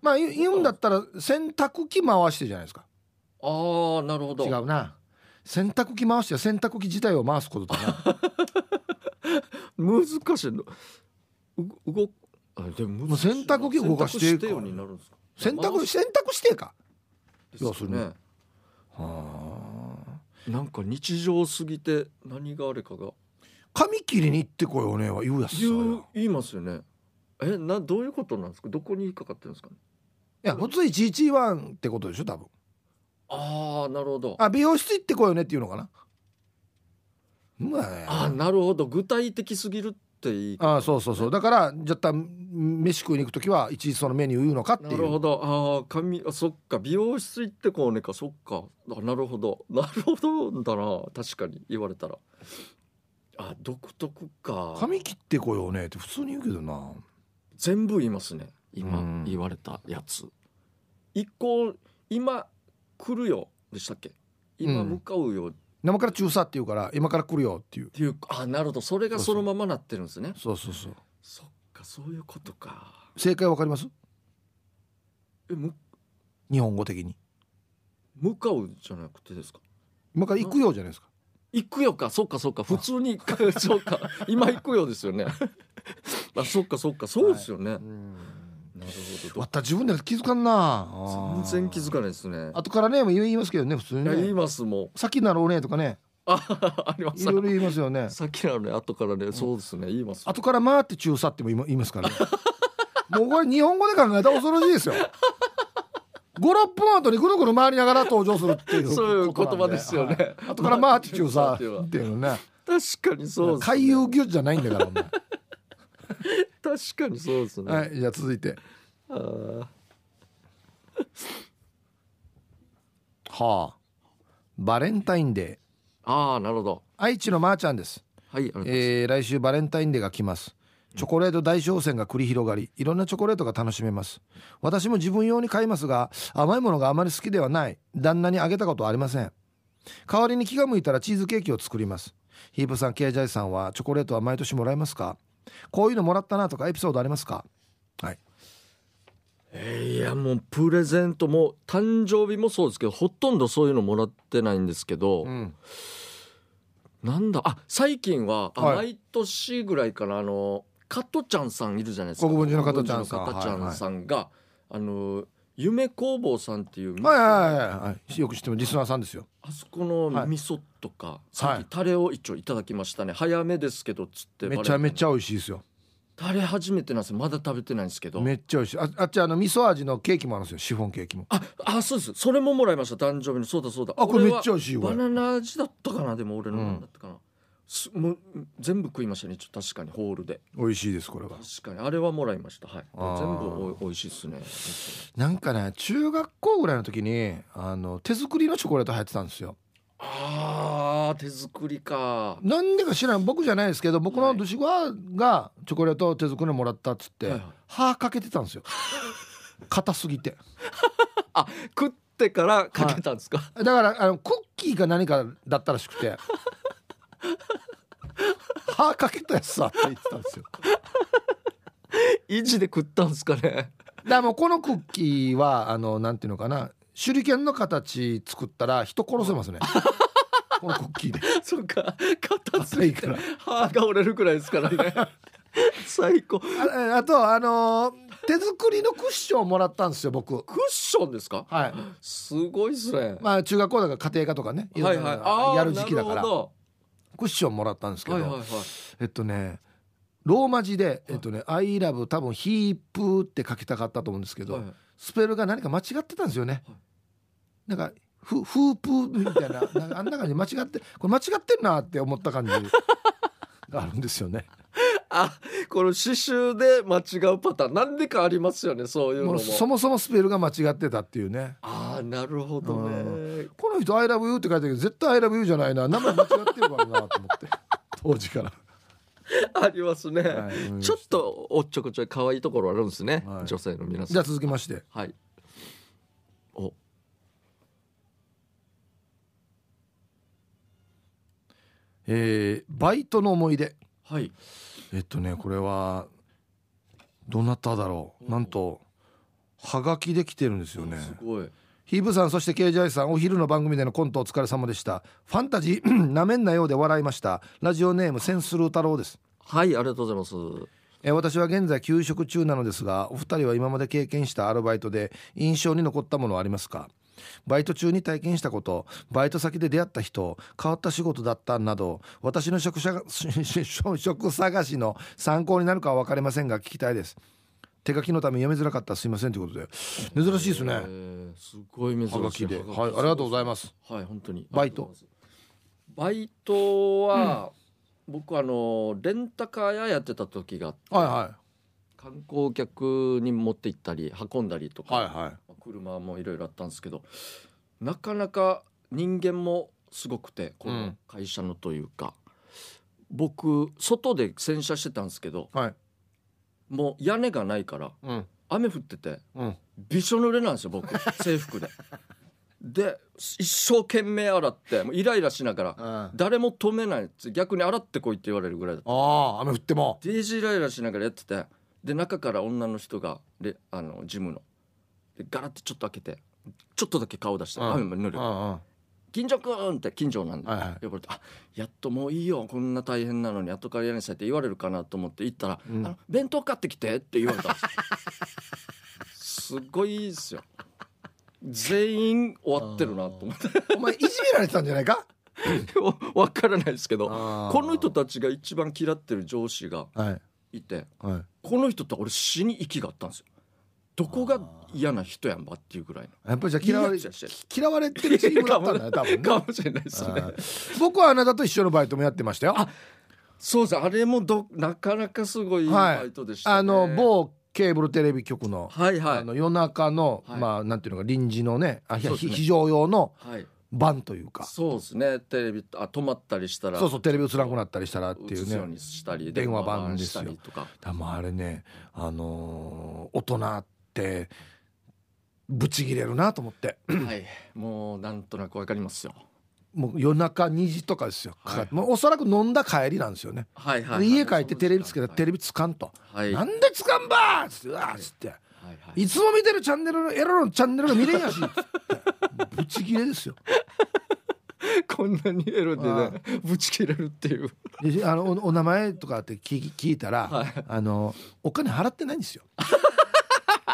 Speaker 2: まあ言う言うんだったら洗濯機回してじゃないですか
Speaker 1: ああなるほど
Speaker 2: 違うな洗濯機回しては洗濯機自体を回すこと
Speaker 1: *laughs*
Speaker 2: だな
Speaker 1: 難しいのう動あでも難しいな
Speaker 2: もう洗濯機動かして
Speaker 1: 洗濯ようになるんですか
Speaker 2: 洗濯
Speaker 1: 回
Speaker 2: 洗濯してか
Speaker 1: すですよ
Speaker 2: 要
Speaker 1: ねなんか日常すぎて何があれかが
Speaker 2: 髪切りに行ってこようねは言うやつさ
Speaker 1: 言う
Speaker 2: い
Speaker 1: 言いますよねえなどういうことなんですかどこに引っかかってるんですかね
Speaker 2: や普通111ってことでしょ多分
Speaker 1: ああなるほどあ
Speaker 2: あ美容室行ってこようねっていうのかなまあ
Speaker 1: あーなるほど具体的すぎるっていいか
Speaker 2: あそうそうそうだからじゃあ飯食いに行く時は一時そのメニュー言うのかって
Speaker 1: ないるほ
Speaker 2: う
Speaker 1: どああ髪あそっか美容室行ってこうねかそっかあなるほどなるほどだな確かに言われたらあ独特か
Speaker 2: 髪切ってこようねって普通に言うけどな
Speaker 1: 全部言いますね今
Speaker 2: うん
Speaker 1: 言われたやつ一個今来るよでしたっけ今
Speaker 2: うん
Speaker 1: 向かうよっ
Speaker 2: 生から中佐って言うから今から来るよっていう
Speaker 1: ていうか、あなるほどそれが
Speaker 2: そう
Speaker 1: そ
Speaker 2: そ
Speaker 1: うのままなってるんですね
Speaker 2: そうそうそう
Speaker 1: そっかそういうことか
Speaker 2: 正解わかります
Speaker 1: えむ
Speaker 2: 日本語的に
Speaker 1: 向かうじゃなくてですか
Speaker 2: 今から行くようじゃないですか
Speaker 1: 行くよかそっかそっか普通に行く *laughs* そうか今行くよですよ *laughs* ねあそっかそっかそうですよね、なるほ
Speaker 2: また自分で気づかんな
Speaker 1: ど全然気づかないですね
Speaker 2: 後からね言いますけどね普通に
Speaker 1: いや言い
Speaker 2: ね
Speaker 1: ますもん
Speaker 2: 先なろうねとかね
Speaker 1: *laughs* あありま
Speaker 2: い
Speaker 1: す
Speaker 2: ろいろ言いますよね
Speaker 1: さっきなのね後からねそうですね言います
Speaker 2: 後から回って中 *laughs* 佐っても言いま言いますからねもうこれ日本語で考えたら恐ろしいですよ56分後にぐるぐる回りながら登場するっていう
Speaker 1: そういう言葉ですよね
Speaker 2: ことなんではい後からマーティチューさ
Speaker 1: マーティチューは
Speaker 2: っていうね
Speaker 1: 確かにそうですね、
Speaker 2: 回遊行事じゃないんだか
Speaker 1: *laughs*
Speaker 2: らお前
Speaker 1: 確かにそうですね、
Speaker 2: はいじゃあ続いて
Speaker 1: あー
Speaker 2: はあバレンタインデー
Speaker 1: あーなるほど
Speaker 2: 愛知のまーちゃんです
Speaker 1: はいありがとうございます
Speaker 2: えー来週バレンタインデーが来ますチョコレート大商戦が繰り広がりいろんなチョコレートが楽しめます私も自分用に買いますが甘いものがあまり好きではない旦那にあげたことはありません代わりに気が向いたらチーズケーキを作りますヒープさんケイジャイさんはチョコレートは毎年もらえますかこういうのもらったなとかエピソードありますかはい
Speaker 1: えーいやもうプレゼントも誕生日もそうですけどほとんどそういうのもらってないんですけど、
Speaker 2: ん
Speaker 1: なんだあ最近は、あ
Speaker 2: はい
Speaker 1: 毎年ぐらいかなあの加トちゃんさんいるじゃないですか
Speaker 2: 国分寺の加トちゃんさん
Speaker 1: 国分寺の加トちゃんさんが、あの夢工房さんっていう、
Speaker 2: はいはいはいはいよく知ってもリスナーさんですよ
Speaker 1: あそこの味噌とか、さっきタレを一応いただきましたね早めですけどつって
Speaker 2: めちゃめ
Speaker 1: ゃ
Speaker 2: ちゃ美味しいですよ
Speaker 1: タレ初めてなんですよまだ食べてないんですけど
Speaker 2: めっちゃ美味しいああっちあの味噌味のケーキもあるんですよシフォンケーキも
Speaker 1: ああそうですそれももらいました誕生日のそうだそうだ
Speaker 2: あこれ
Speaker 1: 俺
Speaker 2: めっ
Speaker 1: は
Speaker 2: ちゃ美味しいわ
Speaker 1: バナナ味だったかなでも俺のなんだったかな、すもう全部食いましたねちょっと確かにホールで
Speaker 2: 美味しいですこれは
Speaker 1: 確かにあれはもらいましたはい
Speaker 2: あー
Speaker 1: 全部おい美味しいっすね
Speaker 2: なんかね中学校ぐらいの時にあの手作りのチョコレート流行ってたんですよ
Speaker 1: あー手作りか
Speaker 2: なんでか知らん僕じゃないですけど僕
Speaker 1: は
Speaker 2: の
Speaker 1: い
Speaker 2: ドシゴアがチョコレートを手作りのもらったっつって、
Speaker 1: はいはい
Speaker 2: 歯かけてたんですよ硬すぎて
Speaker 1: 食ってからかけたんですか、
Speaker 2: だからあのクッキーか何かだったらし
Speaker 1: *laughs*
Speaker 2: くて歯かけたやつさって言ってたんですよだか
Speaker 1: *laughs* 維持で食ったんですかね *laughs*
Speaker 2: らもうこのクッキーはあのなんていうのかな手裏剣の形作ったら人殺
Speaker 1: *laughs*
Speaker 2: せますねこのクッキーで
Speaker 1: そっか硬すぎて
Speaker 2: 硬い
Speaker 1: 歯が折れるくらいですから
Speaker 2: *laughs*
Speaker 1: ね最高ク
Speaker 2: ああとあのー手作りのクッションをもらったんですよ僕
Speaker 1: ッションですか
Speaker 2: はい
Speaker 1: すごいっすね、
Speaker 2: まあ中学校だから家庭科とかねいろ
Speaker 1: はいい
Speaker 2: ろ
Speaker 1: はいあー
Speaker 2: やる時期だか
Speaker 1: な
Speaker 2: ら
Speaker 1: るほ
Speaker 2: クッションもらったんですけ
Speaker 1: ど
Speaker 2: ど、
Speaker 1: はいはいはい
Speaker 2: えっとねローマ字で「えっとね、I love」多分「ヒープ」って書きたかったと思うんですけど、
Speaker 1: はいはい
Speaker 2: スペルが何か間違ってたんですよね、
Speaker 1: はい
Speaker 2: なんかフフープーみたいな *laughs* なんかあんな感じで間違ってこれ間違ってんなって思った感じがあるんですよね
Speaker 1: あこの刺繍で間違うパターンなんでかありますよねそういうの
Speaker 2: も
Speaker 1: も
Speaker 2: うそもそもスペルが間違ってたっていうね
Speaker 1: ああなるほどね
Speaker 2: この人「I love you」って書いてるけど絶対「I love you」じゃないな名前間違ってるからなと思って *laughs* 当時から、
Speaker 1: ありますね、
Speaker 2: はい
Speaker 1: ちょっとおっちょこちょい可愛いところあるんですね、
Speaker 2: はい
Speaker 1: 女性の皆
Speaker 2: じ
Speaker 1: さ
Speaker 2: ゃ
Speaker 1: ん
Speaker 2: あ続きまして
Speaker 1: はいお
Speaker 2: えーバイトの思い出
Speaker 1: はい
Speaker 2: えっとねこれはどなただろうなんとはがきできてるんですよね
Speaker 1: すごい
Speaker 2: ヒーブさんそしてケイジャイさんお昼の番組でのコントお疲れ様でしたファンタジー *clears throat* なめんなようで笑いましたラジオネームセンスルー太郎です
Speaker 1: はいありがとうございます
Speaker 2: えー私は現在休職中なのですがお二人は今まで経験したアルバイトで印象に残ったものはありますかバイト中に体験したことバイト先で出会った人変わった仕事だったなど私の職者 *laughs* が職探しの参考になるかは分かりませんが聞きたいです手書きのため読みづらかったらすいませんということで珍しいですね
Speaker 1: えーすごい珍しい
Speaker 2: はがきで、
Speaker 1: はがき
Speaker 2: はい、ありがとうございます
Speaker 1: はい本当に
Speaker 2: バイト
Speaker 1: バイトは、僕あのレンタカー屋やってた時があって
Speaker 2: はいは
Speaker 1: 観光客に持って行ったり運んだりと
Speaker 2: い
Speaker 1: か、
Speaker 2: はいはい
Speaker 1: まあ車もいろいろあったんですけどなかなか人間もすごくてこ
Speaker 2: う
Speaker 1: の
Speaker 2: ん
Speaker 1: 会社のというか、僕外で洗車してたんですけど
Speaker 2: はい
Speaker 1: もう屋根がないから
Speaker 2: うん
Speaker 1: 雨降ってて
Speaker 2: うん
Speaker 1: びしょ濡れなんですよ
Speaker 2: *laughs*
Speaker 1: 僕制服で。で一生懸命洗ってもうイライラしながら
Speaker 2: あ
Speaker 1: 誰も止めないっつ逆に洗ってこいって言われるぐらいだった
Speaker 2: あ雨降っても
Speaker 1: デージイライラしながらやっててで中から女の人がレあのジムのでガラッてちょっと開けてちょっとだけ顔出して
Speaker 2: うん
Speaker 1: 雨も濡
Speaker 2: うんうん
Speaker 1: れ
Speaker 2: は
Speaker 1: 近所くんって近所なん
Speaker 2: い
Speaker 1: で
Speaker 2: は
Speaker 1: 呼ばれて「あやっともういいよこんな大変なのに後からやりなさい」って言われるかなと思って行ったら「
Speaker 2: うん
Speaker 1: あの弁当買ってきて」って言われたんですよすごいですよ全員終わってるなと思って
Speaker 2: いお前いじめられてたんじゃないか
Speaker 1: わからないですけどこ
Speaker 2: こ
Speaker 1: の人たちが一番嫌ってる上司が
Speaker 2: はい
Speaker 1: いて
Speaker 2: はい
Speaker 1: この人とは俺死に息があったんですよどこが嫌な人やんばっていうぐらいの
Speaker 2: やっぱりじゃあ嫌われ
Speaker 1: いいやつやし
Speaker 2: 嫌われてるチームだったんだね多分ね
Speaker 1: かもしれないですね
Speaker 2: あー僕はあなたと一緒のバイトもやってましたよあ,、
Speaker 1: そうですあれもどなかなかすごい
Speaker 2: はい
Speaker 1: バイトでした、ね
Speaker 2: の某ケーブルテレビ局の,、
Speaker 1: はいはい
Speaker 2: あの夜中の、
Speaker 1: はい
Speaker 2: まあなんていうのか臨時のねあ、ひ
Speaker 1: そうですね
Speaker 2: 非常用の
Speaker 1: はい
Speaker 2: 番というか
Speaker 1: そうですねテレビあ止まったりしたら
Speaker 2: そうそうテレビ映らなくなったりしたらっていう
Speaker 1: 映すよう
Speaker 2: ね
Speaker 1: にしたり
Speaker 2: 電話番
Speaker 1: 番
Speaker 2: で
Speaker 1: し
Speaker 2: す
Speaker 1: た
Speaker 2: よ
Speaker 1: りとか
Speaker 2: でもあれねあのー大人ってブチギレるなと思って
Speaker 1: はいもうなんとなくわかりますよ
Speaker 2: もう夜中2時とかですよ、
Speaker 1: はい
Speaker 2: もうおそらく飲んだ帰りなんですよね、
Speaker 1: はいはい、
Speaker 2: で家帰ってテレビつけたらテレビつかんと、
Speaker 1: はい
Speaker 2: な
Speaker 1: はい
Speaker 2: んでつかんばーっつってうわーっつって、
Speaker 1: はい
Speaker 2: い、つも見てるチャンネルのエロのチャンネルが見れんやしブチギレですよ
Speaker 1: こんなにエロでねぶち切れるっていう
Speaker 2: であのおお名前とかって聞き聞いたら、
Speaker 1: はい
Speaker 2: あのお金払ってないんですよ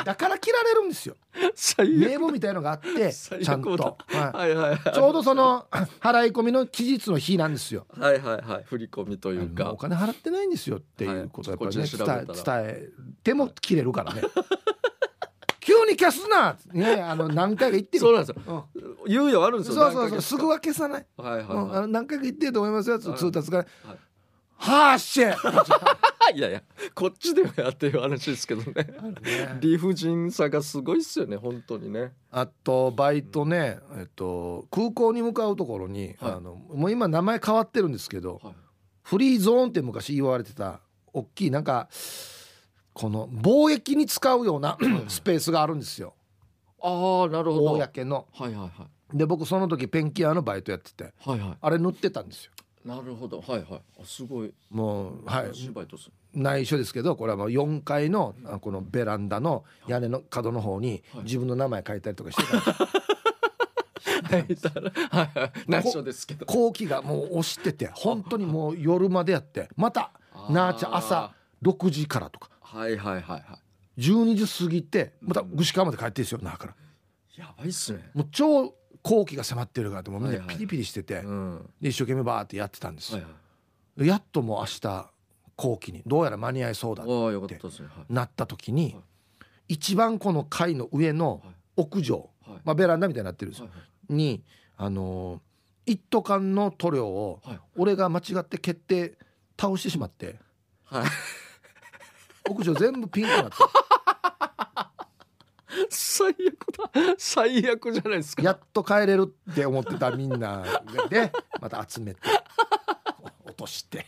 Speaker 2: だから切られるんですよ
Speaker 1: *laughs* 最悪
Speaker 2: 名簿みたいのがあって
Speaker 1: 最
Speaker 2: ちゃん
Speaker 1: 悪だ
Speaker 2: と、は
Speaker 1: はいはいはい
Speaker 2: い、ちょうどその払い込みの期日の日なんですよ
Speaker 1: はいはいはい振り込みという
Speaker 2: あの
Speaker 1: か
Speaker 2: お金払ってないんですよっていうことをやっぱりね、
Speaker 1: はいこっちで調べた
Speaker 2: 伝え伝えても切れるからね *laughs* 急に消すな、ね、あの何回か言ってる
Speaker 1: そうなんです
Speaker 2: うん
Speaker 1: よ猶予あるんですよ
Speaker 2: そうそ
Speaker 1: 何ヶ
Speaker 2: うそう
Speaker 1: 月
Speaker 2: すぐは消さない、
Speaker 1: かはいはい
Speaker 2: うんあ
Speaker 1: は
Speaker 2: の何回か言ってると思います
Speaker 1: は
Speaker 2: よ
Speaker 1: い
Speaker 2: 通達から
Speaker 1: はい
Speaker 2: 「はーっ
Speaker 1: *laughs*
Speaker 2: しゃ!
Speaker 1: いいやいやこっちでもやっていう話ですけどね
Speaker 2: ね」
Speaker 1: 理不尽さがすごいっすよね本当にね
Speaker 2: あとバイトね、えっと、空港に向かうところに、
Speaker 1: はい
Speaker 2: あのもう今名前変わってるんですけど、
Speaker 1: はい
Speaker 2: フリーゾーンって昔言われてた大きいなんかこの貿易に使うようなスペースがあるんですよ
Speaker 1: ああなるほどはい
Speaker 2: 公の。
Speaker 1: はいはい
Speaker 2: で僕その時ペンキ屋のバイトやってて
Speaker 1: はいは
Speaker 2: あれ塗ってたんですよ
Speaker 1: いなるほどはいはいあすごい
Speaker 2: もうはい
Speaker 1: 新バイトっすね
Speaker 2: 内緒ですけどこれはもう4階のあこのベランダの屋根の角の方に
Speaker 1: はい
Speaker 2: 自分の名前書いたりとかしてたんですよ
Speaker 1: はいだからはいはい内緒ですけど
Speaker 2: 後期がもう押してて本当にもう夜までやってまた
Speaker 1: あー
Speaker 2: なあちゃん朝6時からとか
Speaker 1: はいはいはいは
Speaker 2: 12時過ぎてまたぐし川まで帰ってですよなあから
Speaker 1: いやばいっすね
Speaker 2: もう超後期が迫ってるからってもうみん
Speaker 1: は
Speaker 2: ない
Speaker 1: はい
Speaker 2: ピリピリしてて、
Speaker 1: うん
Speaker 2: で一生懸命バーってやってたんです
Speaker 1: はい
Speaker 2: よ、
Speaker 1: はい
Speaker 2: やっともう明日後期にどうやら間に合いそうだって
Speaker 1: ああよかったですねは
Speaker 2: なった時に、
Speaker 1: はい
Speaker 2: 一番この階の上の
Speaker 1: い
Speaker 2: 屋上、
Speaker 1: はい
Speaker 2: まあ、ベランダみたいになってるんです
Speaker 1: は
Speaker 2: よ、
Speaker 1: い
Speaker 2: にあのー一斗缶の塗料を
Speaker 1: はい
Speaker 2: 俺が間違って蹴って倒してしまって
Speaker 1: はい
Speaker 2: 屋上全部ピンクになっ
Speaker 1: *laughs* 最悪だ最悪じゃないです
Speaker 2: て
Speaker 1: か
Speaker 2: やっと帰れるって思ってたみんなでまた集めて落としてっ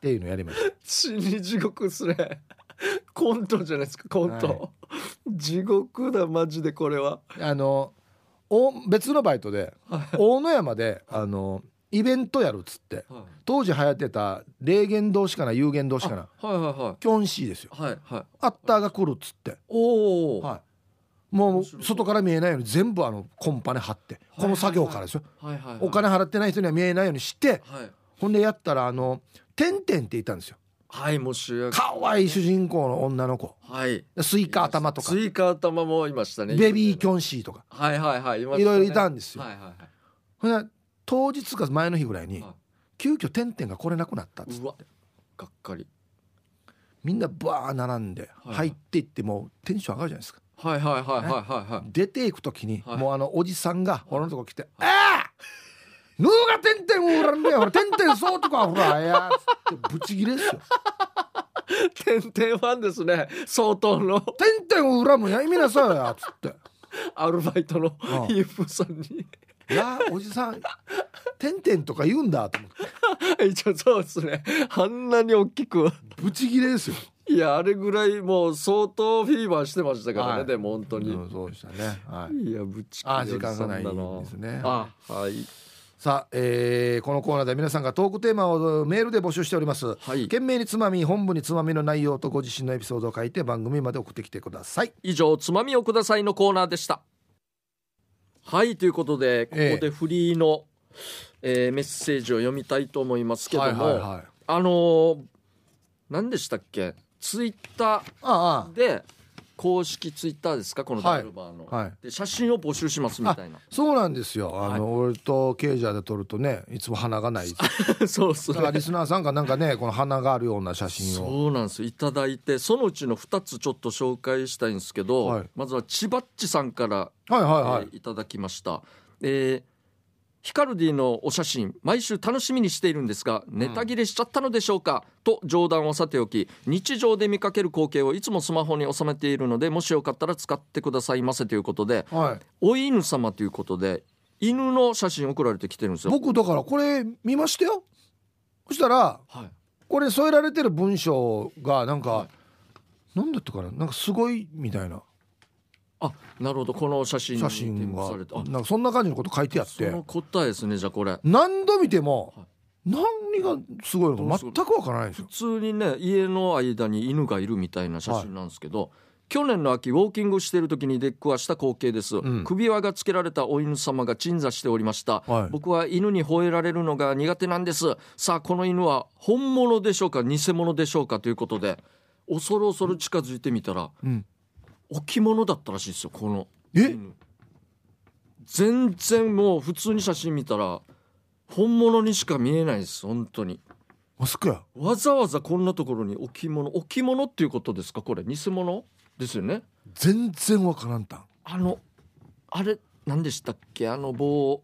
Speaker 2: ていうのやりました
Speaker 1: 死に地獄っすねコントじゃないですかコント、
Speaker 2: は
Speaker 1: 地獄だマジでこれは
Speaker 2: あのお別のバイトで大野山であのイベントやるっつって
Speaker 1: は
Speaker 2: 当時流行ってた霊言動詞かな有言動
Speaker 1: い
Speaker 2: 詞かな
Speaker 1: はいは
Speaker 2: キョンシーですよ
Speaker 1: いはいはいはい
Speaker 2: アッターが来るっつって、
Speaker 1: おお、
Speaker 2: はい、も
Speaker 1: 面
Speaker 2: う
Speaker 1: 白い
Speaker 2: 外から見えないように全部あのコンパネ貼って
Speaker 1: はい
Speaker 2: この作業からですよ
Speaker 1: はい、はいはい
Speaker 2: お金払ってない人には見えないようにして
Speaker 1: はい
Speaker 2: ほんでやったらあのてんてんっていたんですよ
Speaker 1: はいもう主役
Speaker 2: 可愛い主人公の女の子
Speaker 1: はい
Speaker 2: スイカ頭とか
Speaker 1: スイカ頭もいましたね
Speaker 2: ベビーキ
Speaker 1: ョ
Speaker 2: ョンシーとか
Speaker 1: はいはいはいいま
Speaker 2: い
Speaker 1: した
Speaker 2: ろ
Speaker 1: ね
Speaker 2: いろいたんですよ
Speaker 1: はいはいは
Speaker 2: ほんで当日か前の日ぐらいに
Speaker 1: はい
Speaker 2: 急遽てんてんが来れなくなったっつっ
Speaker 1: い
Speaker 2: て
Speaker 1: うわがっかり
Speaker 2: みんなバー並んで
Speaker 1: い
Speaker 2: 入っていってもうテンション上がるじゃないですか
Speaker 1: はいはいはいはいはいはい
Speaker 2: 出ていくときに、
Speaker 1: はい
Speaker 2: もうあのおじさんが俺のとこ来て「えあー脳がてんてんおらんねやほらてんてんそうとかほらいや」つってぶち切れですよ
Speaker 1: *laughs* てんてんファンですね相当の
Speaker 2: 「てんてんを恨むや意味なさいや」つって
Speaker 1: アルバイトの
Speaker 2: ああ
Speaker 1: イープさんに
Speaker 2: 「いやおじさんてんてんとか言うんだ」と思って
Speaker 1: *laughs* 一応そうですねあんなに大きく
Speaker 2: ぶち切れですよ、
Speaker 1: いやあれぐらいもう相当フィーバーしてましたからね、
Speaker 2: はい
Speaker 1: でも本当に、
Speaker 2: うんそうでしたね、はい、
Speaker 1: いやぶち切れ
Speaker 2: あー時間がない
Speaker 1: そんの
Speaker 2: ですね
Speaker 1: あはい
Speaker 2: さあ、えーこのコーナーでは皆さんがトークテーマをメールで募集しております、
Speaker 1: はい
Speaker 2: 懸命につまみ本部につまみの内容とご自身のエピソードを書いて番組まで送ってきてください
Speaker 1: 以上つまみをくださいのコーナーでしたはいということでここ
Speaker 2: ええ
Speaker 1: でフリーの、えーメッセージを読みたいと思いますけども、
Speaker 2: い
Speaker 1: あのー何でしたっけツイッター
Speaker 2: ああ
Speaker 1: で公式ツイッターですかこの
Speaker 2: はい
Speaker 1: ダブルバーの、
Speaker 2: はい
Speaker 1: で写真を募集しますみたいな
Speaker 2: そうなんですよあの、俺とケージャーで撮るとねいつも鼻がない
Speaker 1: *laughs* そうそ
Speaker 2: だ
Speaker 1: う
Speaker 2: からリスナーさんがなん
Speaker 1: *laughs*
Speaker 2: かねこの鼻があるような写真を
Speaker 1: そうなんですいただいてそのうちの2つちょっと紹介したいんですけど、
Speaker 2: はい
Speaker 1: まずはちばっちさんから、
Speaker 2: はいはいはい、
Speaker 1: えーいただきました、えーヒカルディのお写真毎週楽しみにしているんですがネタ切れしちゃったのでしょうか、と冗談をさておき日常で見かける光景をいつもスマホに収めているのでもしよかったら使ってくださいませということで
Speaker 2: はい、
Speaker 1: お犬様ということで犬の写真送られてきてるんですよ。
Speaker 2: 僕だからこれ見ましたよそしたら
Speaker 1: はい、
Speaker 2: これ添えられてる文章がなんか、
Speaker 1: は
Speaker 2: なんだったかななんかすごいみたいな
Speaker 1: あなるほどこの写真に
Speaker 2: 写真
Speaker 1: 添
Speaker 2: が
Speaker 1: 付されてあ
Speaker 2: なんかそんな感じのこと書いてあっ
Speaker 1: そ
Speaker 2: て
Speaker 1: の答えですねじゃあこれ。
Speaker 2: 何度見ても
Speaker 1: はい
Speaker 2: 何がすごいのか全くわからないんですよ
Speaker 1: 普。通にね家の間に犬がいるみたいな写真なんですけど、去年の秋ウォーキングしている時に出っくわした光景です、
Speaker 2: ん
Speaker 1: 首輪がつけられたお犬様が鎮座しておりました、
Speaker 2: はい
Speaker 1: 僕は犬に吠えられるのが苦手なんですさあこの犬は本物でしょうか偽物でしょうかということで恐る恐る近づいてみたら、
Speaker 2: うん
Speaker 1: 置物だったらしいですよこの
Speaker 2: え
Speaker 1: 全然もう普通に写真見たら本物にしか見えないです本当に
Speaker 2: マスクや
Speaker 1: わざわざこんなところに置物置物っていうことですかこれ偽物ですよね
Speaker 2: 全然わからんたん。
Speaker 1: あのあれ何でしたっけあの棒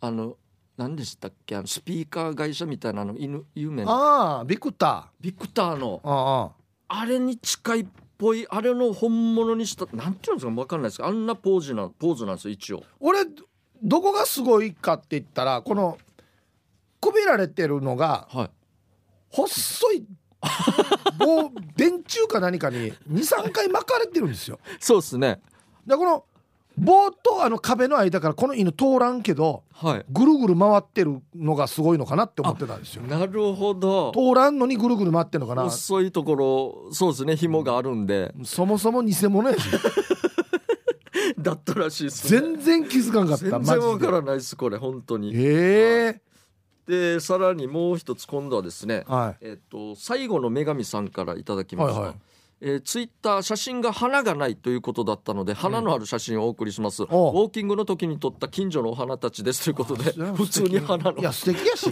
Speaker 1: あの何でしたっけあのスピーカー会社みたいなあの犬有名な
Speaker 2: ああビクター。
Speaker 1: ビクターの
Speaker 2: あ
Speaker 1: あれに近いっぽいあれの本物にしたなんていうんですか分かんないですけどあんなポーズなポーズなんですよ一応
Speaker 2: あ。俺どこがすごいかって言ったらこのくびられてるのが
Speaker 1: はい
Speaker 2: 細い棒 *laughs* 電柱か何かに23回巻かれてるんですよ。
Speaker 1: そうですね
Speaker 2: でこの棒とあの壁の間からこの犬通らんけど
Speaker 1: はい
Speaker 2: ぐるぐる回ってるのがすごいのかなって思ってたんですよ。
Speaker 1: なるほど
Speaker 2: 通らんのにぐるぐる回ってるのかな
Speaker 1: 遅いところそうですね紐があるんで
Speaker 2: そもそも偽物やし
Speaker 1: *laughs* だったらしいですね
Speaker 2: 全然気づかんかった
Speaker 1: 全
Speaker 2: マ
Speaker 1: 然
Speaker 2: ジ
Speaker 1: わ
Speaker 2: で
Speaker 1: からないですこれ本当に
Speaker 2: ええ
Speaker 1: でさらにもう一つ今度はですね
Speaker 2: はい
Speaker 1: えっと最後の女神さんからいただきました、
Speaker 2: はいはい
Speaker 1: えーツイッター写真が花がないということだったので花のある写真をお送りします、ウ
Speaker 2: おう
Speaker 1: ォーキングの時に撮った近所のお花たちですということで
Speaker 2: それは
Speaker 1: 普通に花
Speaker 2: い
Speaker 1: の
Speaker 2: や素敵や *laughs* し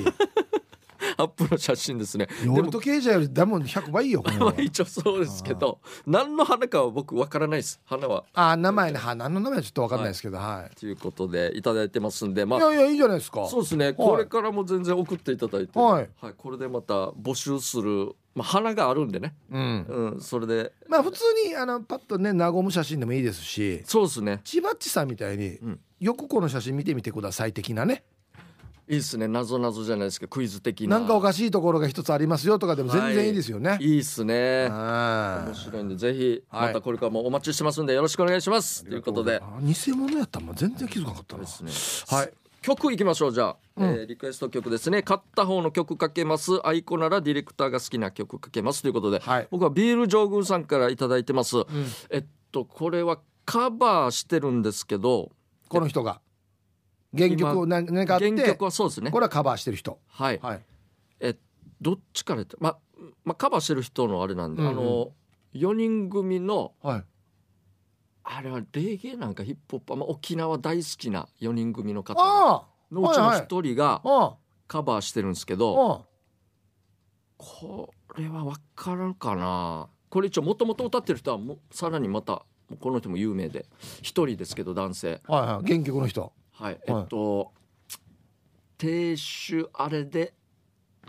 Speaker 1: アップの写真ですねで
Speaker 2: 俺
Speaker 1: も
Speaker 2: と経済よりだもん100倍いいよこの
Speaker 1: まあ一応そうですけど何の花かは僕わからないです花は
Speaker 2: ああ名前ね花の名前はちょっとわかんないですけどはい、
Speaker 1: ということでいただいてますんでま
Speaker 2: い、
Speaker 1: あ
Speaker 2: やいやいいじゃないですか
Speaker 1: そうですね、これからも全然送っていただいて、
Speaker 2: はい
Speaker 1: これでまた募集する、まあ、花があるんでね、
Speaker 2: うん
Speaker 1: うん、それで
Speaker 2: まあ普通にあのパッとね和む写真でもいいですし
Speaker 1: そうですね
Speaker 2: ちばっちさんみたいに、
Speaker 1: ん
Speaker 2: よくこの写真見てみてください的なね
Speaker 1: いいですね謎謎じゃないですけどクイズ的な
Speaker 2: なんかおかしいところが一つありますよとかでも全然いいですよね、
Speaker 1: いいですね
Speaker 2: あ
Speaker 1: 面白いんでぜひ
Speaker 2: はい
Speaker 1: またこれからもお待ちしてますんでよろしくお願いしますということで
Speaker 2: あ偽物やったもん全然気づかなかったな
Speaker 1: ですね
Speaker 2: はい
Speaker 1: 曲いきましょうじゃあ、えーリクエスト曲ですね買った方の曲かけますアイコならディレクターが好きな曲かけますということで、
Speaker 2: はい
Speaker 1: 僕はビール上宮さんからいただいてます、えっとこれはカバーしてるんですけど
Speaker 2: この人が原曲を何何かあって
Speaker 1: 原曲はそうですね
Speaker 2: これはカバーしてる人
Speaker 1: はい、
Speaker 2: はい
Speaker 1: えどっちからやってままカバーしてる人のあれなんで、
Speaker 2: うんうん
Speaker 1: あの4人組の
Speaker 2: はい
Speaker 1: あれはレゲエなんかヒップホップ、まあ、沖縄大好きな4人組の方
Speaker 2: ああ
Speaker 1: のうちの
Speaker 2: はいはい
Speaker 1: 一人が
Speaker 2: あ
Speaker 1: カバーしてるんですけど、
Speaker 2: あ
Speaker 1: これは分からんかなこれ一応もともと歌ってる人はもうさらにまたもうこの人も有名で一人ですけど男性
Speaker 2: はいはい原曲の人
Speaker 1: はいえっと「亭主あれ」で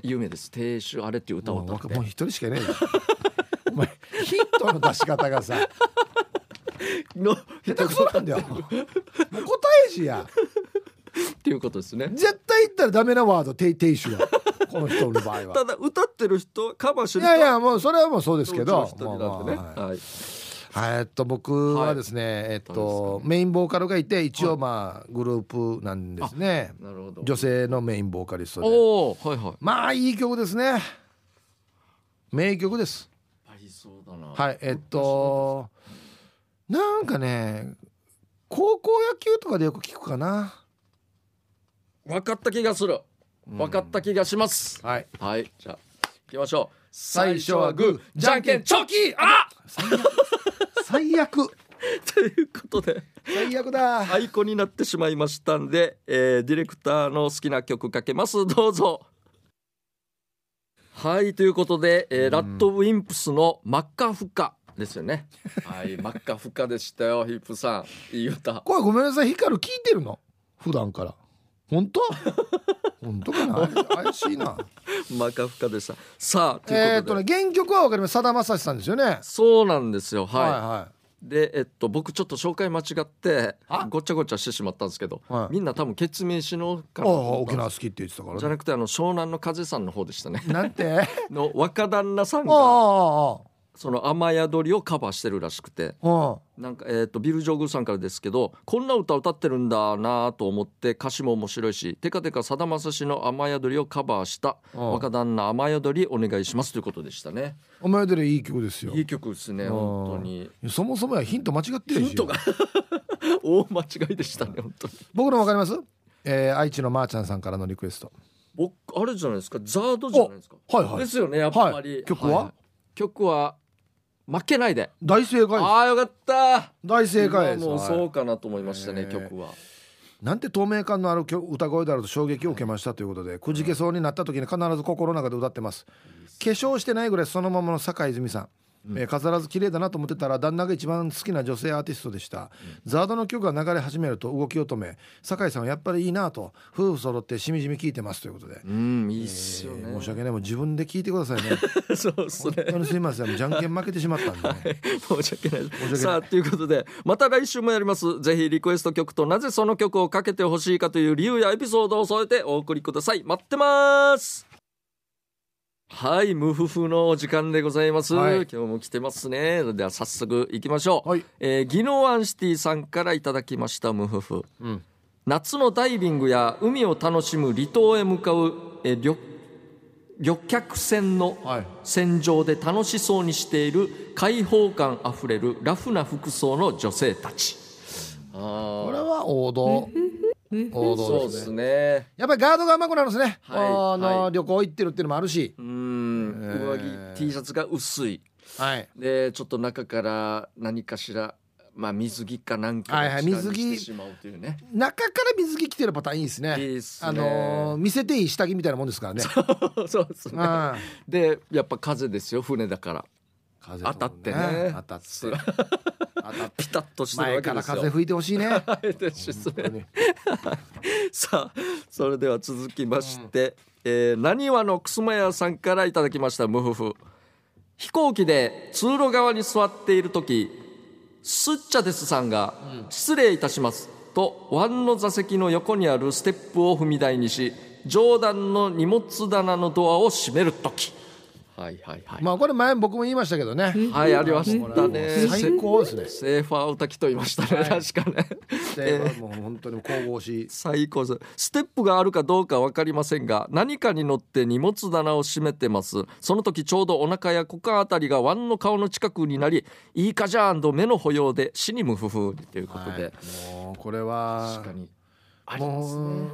Speaker 1: 有名です「亭主あれ」っていう歌を
Speaker 2: もう
Speaker 1: 歌
Speaker 2: わ
Speaker 1: っ
Speaker 2: か
Speaker 1: て
Speaker 2: もう一人しかいないよ *laughs* お前ヒントの出し方がさ
Speaker 1: の
Speaker 2: 下手くそなんだよもう答え字や
Speaker 1: っていうことですね
Speaker 2: 絶対言ったらダメなワードて亭主はこの人の場
Speaker 1: *laughs*
Speaker 2: 合は
Speaker 1: ただ歌ってる人カバーし
Speaker 2: い
Speaker 1: てる
Speaker 2: やい
Speaker 1: 人は
Speaker 2: やもうそれはもうそうですけ
Speaker 1: う
Speaker 2: ど
Speaker 1: ちの一人なんでね
Speaker 2: まあまあは
Speaker 1: は
Speaker 2: い
Speaker 1: い
Speaker 2: はいえっと僕はですね、えっとメインボーカルがいて一応まあグループなんですね、
Speaker 1: なるほど
Speaker 2: 女性のメインボーカリストで
Speaker 1: おおはいはい
Speaker 2: まあいい曲ですね名曲です
Speaker 1: ありそうだな
Speaker 2: はいえっとなんかね高校野球とかでよく聞くかな
Speaker 1: 分かった気がする分かった気がします
Speaker 2: はい
Speaker 1: はいじゃあ行きましょう
Speaker 2: 最初はグーじゃんけんチョキ
Speaker 1: あ
Speaker 2: 最悪最悪
Speaker 1: *laughs* ということで
Speaker 2: 最悪だ
Speaker 1: アイコンになってしまいましたんで、えーディレクターの好きな曲かけます *laughs* どうぞはいということで、えーラッドウィンプスの「真っ赤ふか」ですよねはい真っ赤ふかでしたよヒップさんいい歌
Speaker 2: これごめんなさいヒカル聞いてるの普段から本当本当かな怪しいな
Speaker 1: 真っ赤ふかでしたさあと
Speaker 2: え
Speaker 1: い
Speaker 2: ー
Speaker 1: う
Speaker 2: っ
Speaker 1: ことで、
Speaker 2: とね原曲はわかりますさだまさしさんですよね
Speaker 1: そうなんですよ
Speaker 2: はい
Speaker 1: はい
Speaker 2: は
Speaker 1: でえっと僕ちょっと紹介間違ってごちゃごちゃしてしまったんですけど、
Speaker 2: はい
Speaker 1: みんな多分ケツメイシの
Speaker 2: い
Speaker 1: か
Speaker 2: あ
Speaker 1: なと
Speaker 2: あ
Speaker 1: 思った
Speaker 2: 沖
Speaker 1: んで
Speaker 2: 縄
Speaker 1: す
Speaker 2: 好きって言ってたか
Speaker 1: じゃ
Speaker 2: らね
Speaker 1: なくてあの湘南の風さんの方でしたね
Speaker 2: な
Speaker 1: *laughs*
Speaker 2: んて *laughs* あ
Speaker 1: の若旦那さん
Speaker 2: あ
Speaker 1: が
Speaker 2: あああ
Speaker 1: その雨宿りをカバーしてるらしくて
Speaker 2: ああ
Speaker 1: なんか、えっとビル・ジョグさんからですけどこんな歌歌ってるんだなと思って歌詞も面白いし「テカテカさだまさしの雨宿り」をカバーした
Speaker 2: うん
Speaker 1: 若旦那雨宿りお願いしますということでしたね
Speaker 2: お前でいい曲ですよ
Speaker 1: いい曲ですね
Speaker 2: うん
Speaker 1: 本当に
Speaker 2: そもそもやヒント間違ってるし
Speaker 1: ヒントが *laughs* 大間違いでしたね本当に
Speaker 2: 僕のわかりますえー愛知のまーちゃんさんからのリクエスト
Speaker 1: 僕あれじゃないですかザードじゃないですか
Speaker 2: はいはい
Speaker 1: ですよねやっぱり、
Speaker 2: はい曲はい
Speaker 1: 曲は負けないで
Speaker 2: 大正解です
Speaker 1: ああよかった
Speaker 2: 大正解です
Speaker 1: 今もう
Speaker 2: はい
Speaker 1: そうかなと思いましたね、
Speaker 2: へー
Speaker 1: 曲は
Speaker 2: なんて透明感のある曲歌声であると衝撃を受けましたということでくじけそうになった時に必ず心の中で歌ってます化粧してないぐらいそのままの坂井泉水さん、えー飾らず綺麗だなと思ってたら旦那が一番好きな女性アーティストでした、ザードの曲が流れ始めると動きを止め坂井さんはやっぱりいいなと夫婦揃ってしみじみ聞いてますということで、
Speaker 1: うんいいっすよね、
Speaker 2: えー申し訳ないもう自分で聞いてくださいね
Speaker 1: そうっす
Speaker 2: 本
Speaker 1: ね
Speaker 2: 当にすいませんもうじゃんけん負けてしまったんで、ね
Speaker 1: *laughs* 申し訳ないです
Speaker 2: 訳ない
Speaker 1: さあということでまた来週もやりますぜひリクエスト曲となぜその曲をかけてほしいかという理由やエピソードを添えてお送りください待ってますはい無夫婦のお時間でございます、
Speaker 2: はい
Speaker 1: 今日も来てますねでは早速いきましょう、
Speaker 2: はい
Speaker 1: えー技能アンシティさんからいただきました無夫婦
Speaker 2: うん、
Speaker 1: 夏のダイビングや海を楽しむ離島へ向かう、えー旅旅客船の
Speaker 2: はい
Speaker 1: 船上で楽しそうにしている開放感あふれるラフな服装の女性たち
Speaker 2: こ
Speaker 1: あ
Speaker 2: れは王道王
Speaker 1: あそ
Speaker 2: 道
Speaker 1: う
Speaker 2: で
Speaker 1: です
Speaker 2: ね
Speaker 1: すね
Speaker 2: やっぱりガードが甘くなるんですね、
Speaker 1: はい
Speaker 2: あの
Speaker 1: はい
Speaker 2: 旅行行ってるっていうのもあるし
Speaker 1: うーん上着、T シャツが薄い
Speaker 2: はい
Speaker 1: でちょっと中から何かしらまあ水着かなんか
Speaker 2: はいはい
Speaker 1: ちらに
Speaker 2: 水着
Speaker 1: してしまうという
Speaker 2: *laughs*
Speaker 1: ね
Speaker 2: 中から水着着てるパターンいいですね
Speaker 1: いいっすね
Speaker 2: あのー見せていい下着みたいなもんですからね
Speaker 1: そうですね
Speaker 2: あ
Speaker 1: *laughs* でやっぱ風ですよ船だから
Speaker 2: 風
Speaker 1: 当たってね
Speaker 2: 当たっ
Speaker 1: *laughs*
Speaker 2: て
Speaker 1: そう
Speaker 2: 当たって
Speaker 1: ピタッとしてる
Speaker 2: 前
Speaker 1: わけ
Speaker 2: か
Speaker 1: で
Speaker 2: ら
Speaker 1: すよ
Speaker 2: 風吹いてほしいね
Speaker 1: はいですね *laughs* さあそれでは続きまして、えー、何話のくすまやさんからいただきました無夫婦飛行機で通路側に座っている時スッチャですさんが「失礼いたします」とワンの座席の横にあるステップを踏み台にし上段の荷物棚のドアを閉める時はいはいはい、
Speaker 2: まあこれ前僕も言いましたけどね
Speaker 1: はいありましたね
Speaker 2: 最高ですね
Speaker 1: セーファーを炊きと言いましたね、確かね
Speaker 2: でもう本当に神々しい
Speaker 1: 最高ですステップがあるかどうか分かりませんが何かに乗って荷物棚を閉めてますその時ちょうどお腹や股間あたりがワンの顔の近くになり「いいかじゃん」と目の保養で死に無夫婦ということで、
Speaker 2: はいもうこれは
Speaker 1: 確かにあります
Speaker 2: も
Speaker 1: ね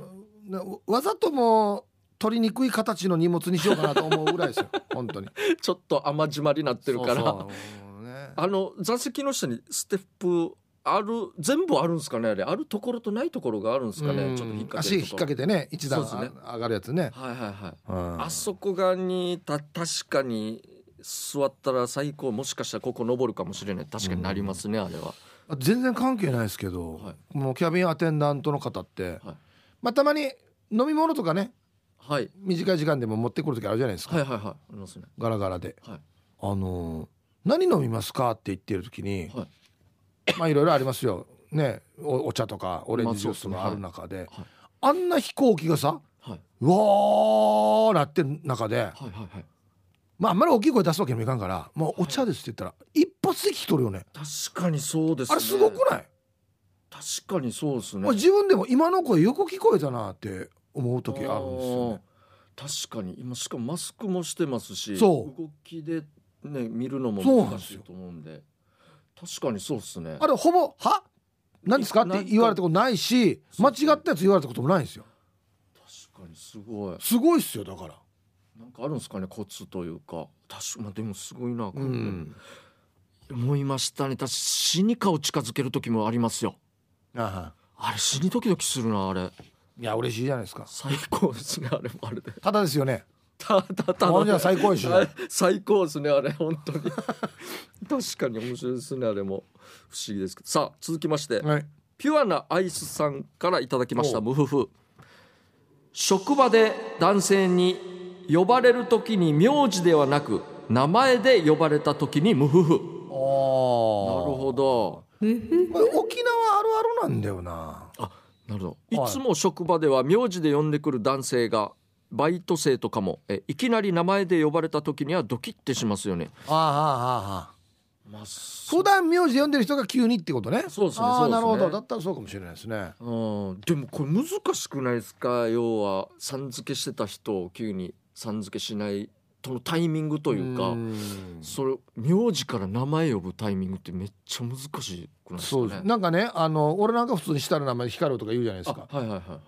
Speaker 2: うなわざともう取りにくい形の荷物にしようかなと思うぐらい
Speaker 1: *laughs*
Speaker 2: ですよ本当に
Speaker 1: ちょっと甘締まりになってるから
Speaker 2: そうそうもうね
Speaker 1: あの座席の下にステップある全部あるんですかねあれあるところとないところがあるんですか
Speaker 2: う
Speaker 1: ね
Speaker 2: ん
Speaker 1: ちょっと引っ掛け
Speaker 2: 足
Speaker 1: る
Speaker 2: 引っ
Speaker 1: とこ
Speaker 2: 掛けてね一段
Speaker 1: そうですね
Speaker 2: あ上がるやつね、
Speaker 1: はいはいはい
Speaker 2: うん
Speaker 1: あそこがにた確かに座ったら最高もしかしたらここ登るかもしれない確かになりますね、あれは
Speaker 2: あ全然関係ないですけど、
Speaker 1: はい
Speaker 2: もうキャビンアテンダントの方って、
Speaker 1: はい
Speaker 2: まあ、たまに飲み物とかね
Speaker 1: はい
Speaker 2: 短い時間でも持ってくる時あるじゃないですか、
Speaker 1: はいはいはいありますね
Speaker 2: ガラガラで、
Speaker 1: はい
Speaker 2: あのー何飲みますか?」って言ってる時に、
Speaker 1: はい
Speaker 2: まあいろいろありますよ、ね、おお茶とかオレンジジュース
Speaker 1: ま
Speaker 2: も
Speaker 1: あ
Speaker 2: あ
Speaker 1: そう
Speaker 2: る
Speaker 1: ですね
Speaker 2: 中で、
Speaker 1: はい
Speaker 2: あんな飛行機がさ
Speaker 1: はいう
Speaker 2: わーなってる中で、
Speaker 1: はいはいはい
Speaker 2: まあ、あんまり大きい声出すわけにもいかんから「もうお茶です」って言ったら、一発で聞き取るよね。
Speaker 1: 確かにそうですね
Speaker 2: あれすごくない、
Speaker 1: 確かにそうですね
Speaker 2: 俺自分でも今の声よく聞こえたなって思う時あるんですよね。
Speaker 1: あー確かに今しかもマスクもしてますし
Speaker 2: そう
Speaker 1: 動きでね見るのも
Speaker 2: そうなん
Speaker 1: 難
Speaker 2: で
Speaker 1: し
Speaker 2: す
Speaker 1: い
Speaker 2: よ
Speaker 1: と思うんで確かにそうですね
Speaker 2: あれほぼ「は何ですか?」って言われたことないし
Speaker 1: そ
Speaker 2: 間
Speaker 1: う
Speaker 2: 違ったやつ言われたこともないんですよ。
Speaker 1: 確かにすごい
Speaker 2: すごいっすよだから。
Speaker 1: なんかあるんですかねコツというか確かまあでもすごいな、こ
Speaker 2: う
Speaker 1: れね
Speaker 2: ん、
Speaker 1: 思いましたね。確か死に顔近づける時もありますよ。
Speaker 2: あ
Speaker 1: あれ死にドキドキするなあれ。
Speaker 2: いや嬉しいじゃないですか
Speaker 1: 最高ですねあれもあれで。
Speaker 2: ただですよね
Speaker 1: たたた
Speaker 2: あれじゃ最高でしょ
Speaker 1: あれ最高ですねあれ本当に。確かに面白いですねあれも不思議ですけど。さあ続きまして。
Speaker 2: はい
Speaker 1: ピュアなアイスさんからいただきました
Speaker 2: おう
Speaker 1: ムフフ職場で男性に呼ばれる時に名字ではなく名前で呼ばれた時にムフフ
Speaker 2: ああなる
Speaker 1: なる
Speaker 2: ほ
Speaker 1: ほど
Speaker 2: これ沖縄あるあるなんだよな
Speaker 1: あなるほど
Speaker 2: はい
Speaker 1: いつも職場では名字で呼んでくる男性がバイト生とかもえいきなり名前で呼ばれた時にはドキッてしますよね
Speaker 2: ああああああ
Speaker 1: まあそ
Speaker 2: 普段名字読んでる人が急にってことね
Speaker 1: そうですね
Speaker 2: あ
Speaker 1: そうです
Speaker 2: あ
Speaker 1: ね
Speaker 2: なるほどだったらそうかもしれないですね
Speaker 1: うんでもこれ難しくないですか要はさん付けしてた人を急にさん付けしないとのタイミングというか
Speaker 2: ん
Speaker 1: それ名字から名前呼ぶタイミングってめっちゃ難しくないですか
Speaker 2: そう
Speaker 1: ね
Speaker 2: ですなんかねあの俺なんか普通にしたら名前光るとか言うじゃないですか
Speaker 1: あはいはいはいはい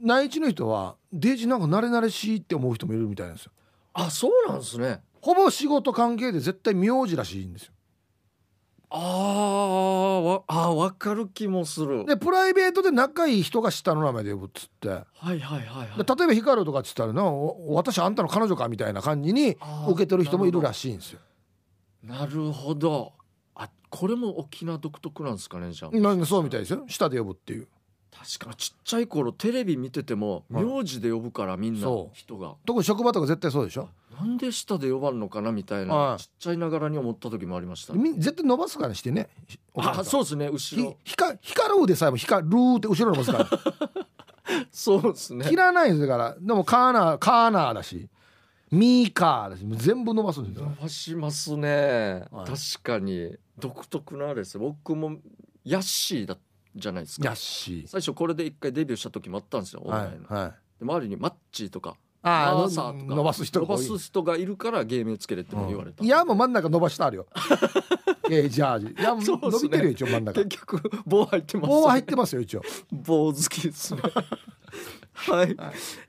Speaker 2: 内地の人はデイジなんか慣れ慣れしいって思う人もいるみたいなんですよ
Speaker 1: あそうなんですね
Speaker 2: ほぼ仕事関係で絶対名字らしいんですよ
Speaker 1: あーわあーわかる気もする
Speaker 2: でプライベートで仲いい人が下の名前で呼ぶっつってで
Speaker 1: はいはいはいはい
Speaker 2: 例えば光るとかっつったらなお私あんたの彼女かみたいな感じに
Speaker 1: あー
Speaker 2: 受けてる人もいるらしいんですよ
Speaker 1: なるほどあこれも沖縄独特なんですかねじゃあ、
Speaker 2: なんかそうみたいですよ下で呼ぶっていう
Speaker 1: 確かちっちゃい頃テレビ見てても
Speaker 2: はい
Speaker 1: 名字で呼ぶからみんな
Speaker 2: そう
Speaker 1: 人が
Speaker 2: 特に職場とか絶対そうでしょ
Speaker 1: なんで下で呼ばんのかなみたい
Speaker 2: は
Speaker 1: ないちっちゃいながらに思った時もありました
Speaker 2: み絶対伸ばすからしてね
Speaker 1: あ
Speaker 2: う
Speaker 1: そうですね後ろ
Speaker 2: 光光るでさえも光るって後ろに伸ばすから
Speaker 1: そうです *laughs* ね
Speaker 2: 切らないですからでもカーナーカーナーだしミーカーだしもう全部伸ばすんですよ
Speaker 1: 伸ばしますね、
Speaker 2: はい
Speaker 1: 確かに独特なあれです僕もヤッシーだじゃないですか
Speaker 2: やっし
Speaker 1: 最初これで一回デビューした時もあったんですよオンラインの、
Speaker 2: はいはい
Speaker 1: で周りにマッチーとか
Speaker 2: あ
Speaker 1: マ
Speaker 2: ー
Speaker 1: ーサーとか
Speaker 2: 伸ばす人
Speaker 1: 伸
Speaker 2: が
Speaker 1: ば
Speaker 2: 多い
Speaker 1: す人がいるから芸名つけれっても言われた、
Speaker 2: いやもう真ん中伸ばした
Speaker 1: *laughs*
Speaker 2: あるよえー、ジャージいやもう
Speaker 1: そうっすね
Speaker 2: 伸びてるよ一応真ん中
Speaker 1: 結局棒入ってます、ね、
Speaker 2: 棒は入ってますよ一応
Speaker 1: 棒好きです
Speaker 2: *laughs*
Speaker 1: ねはい、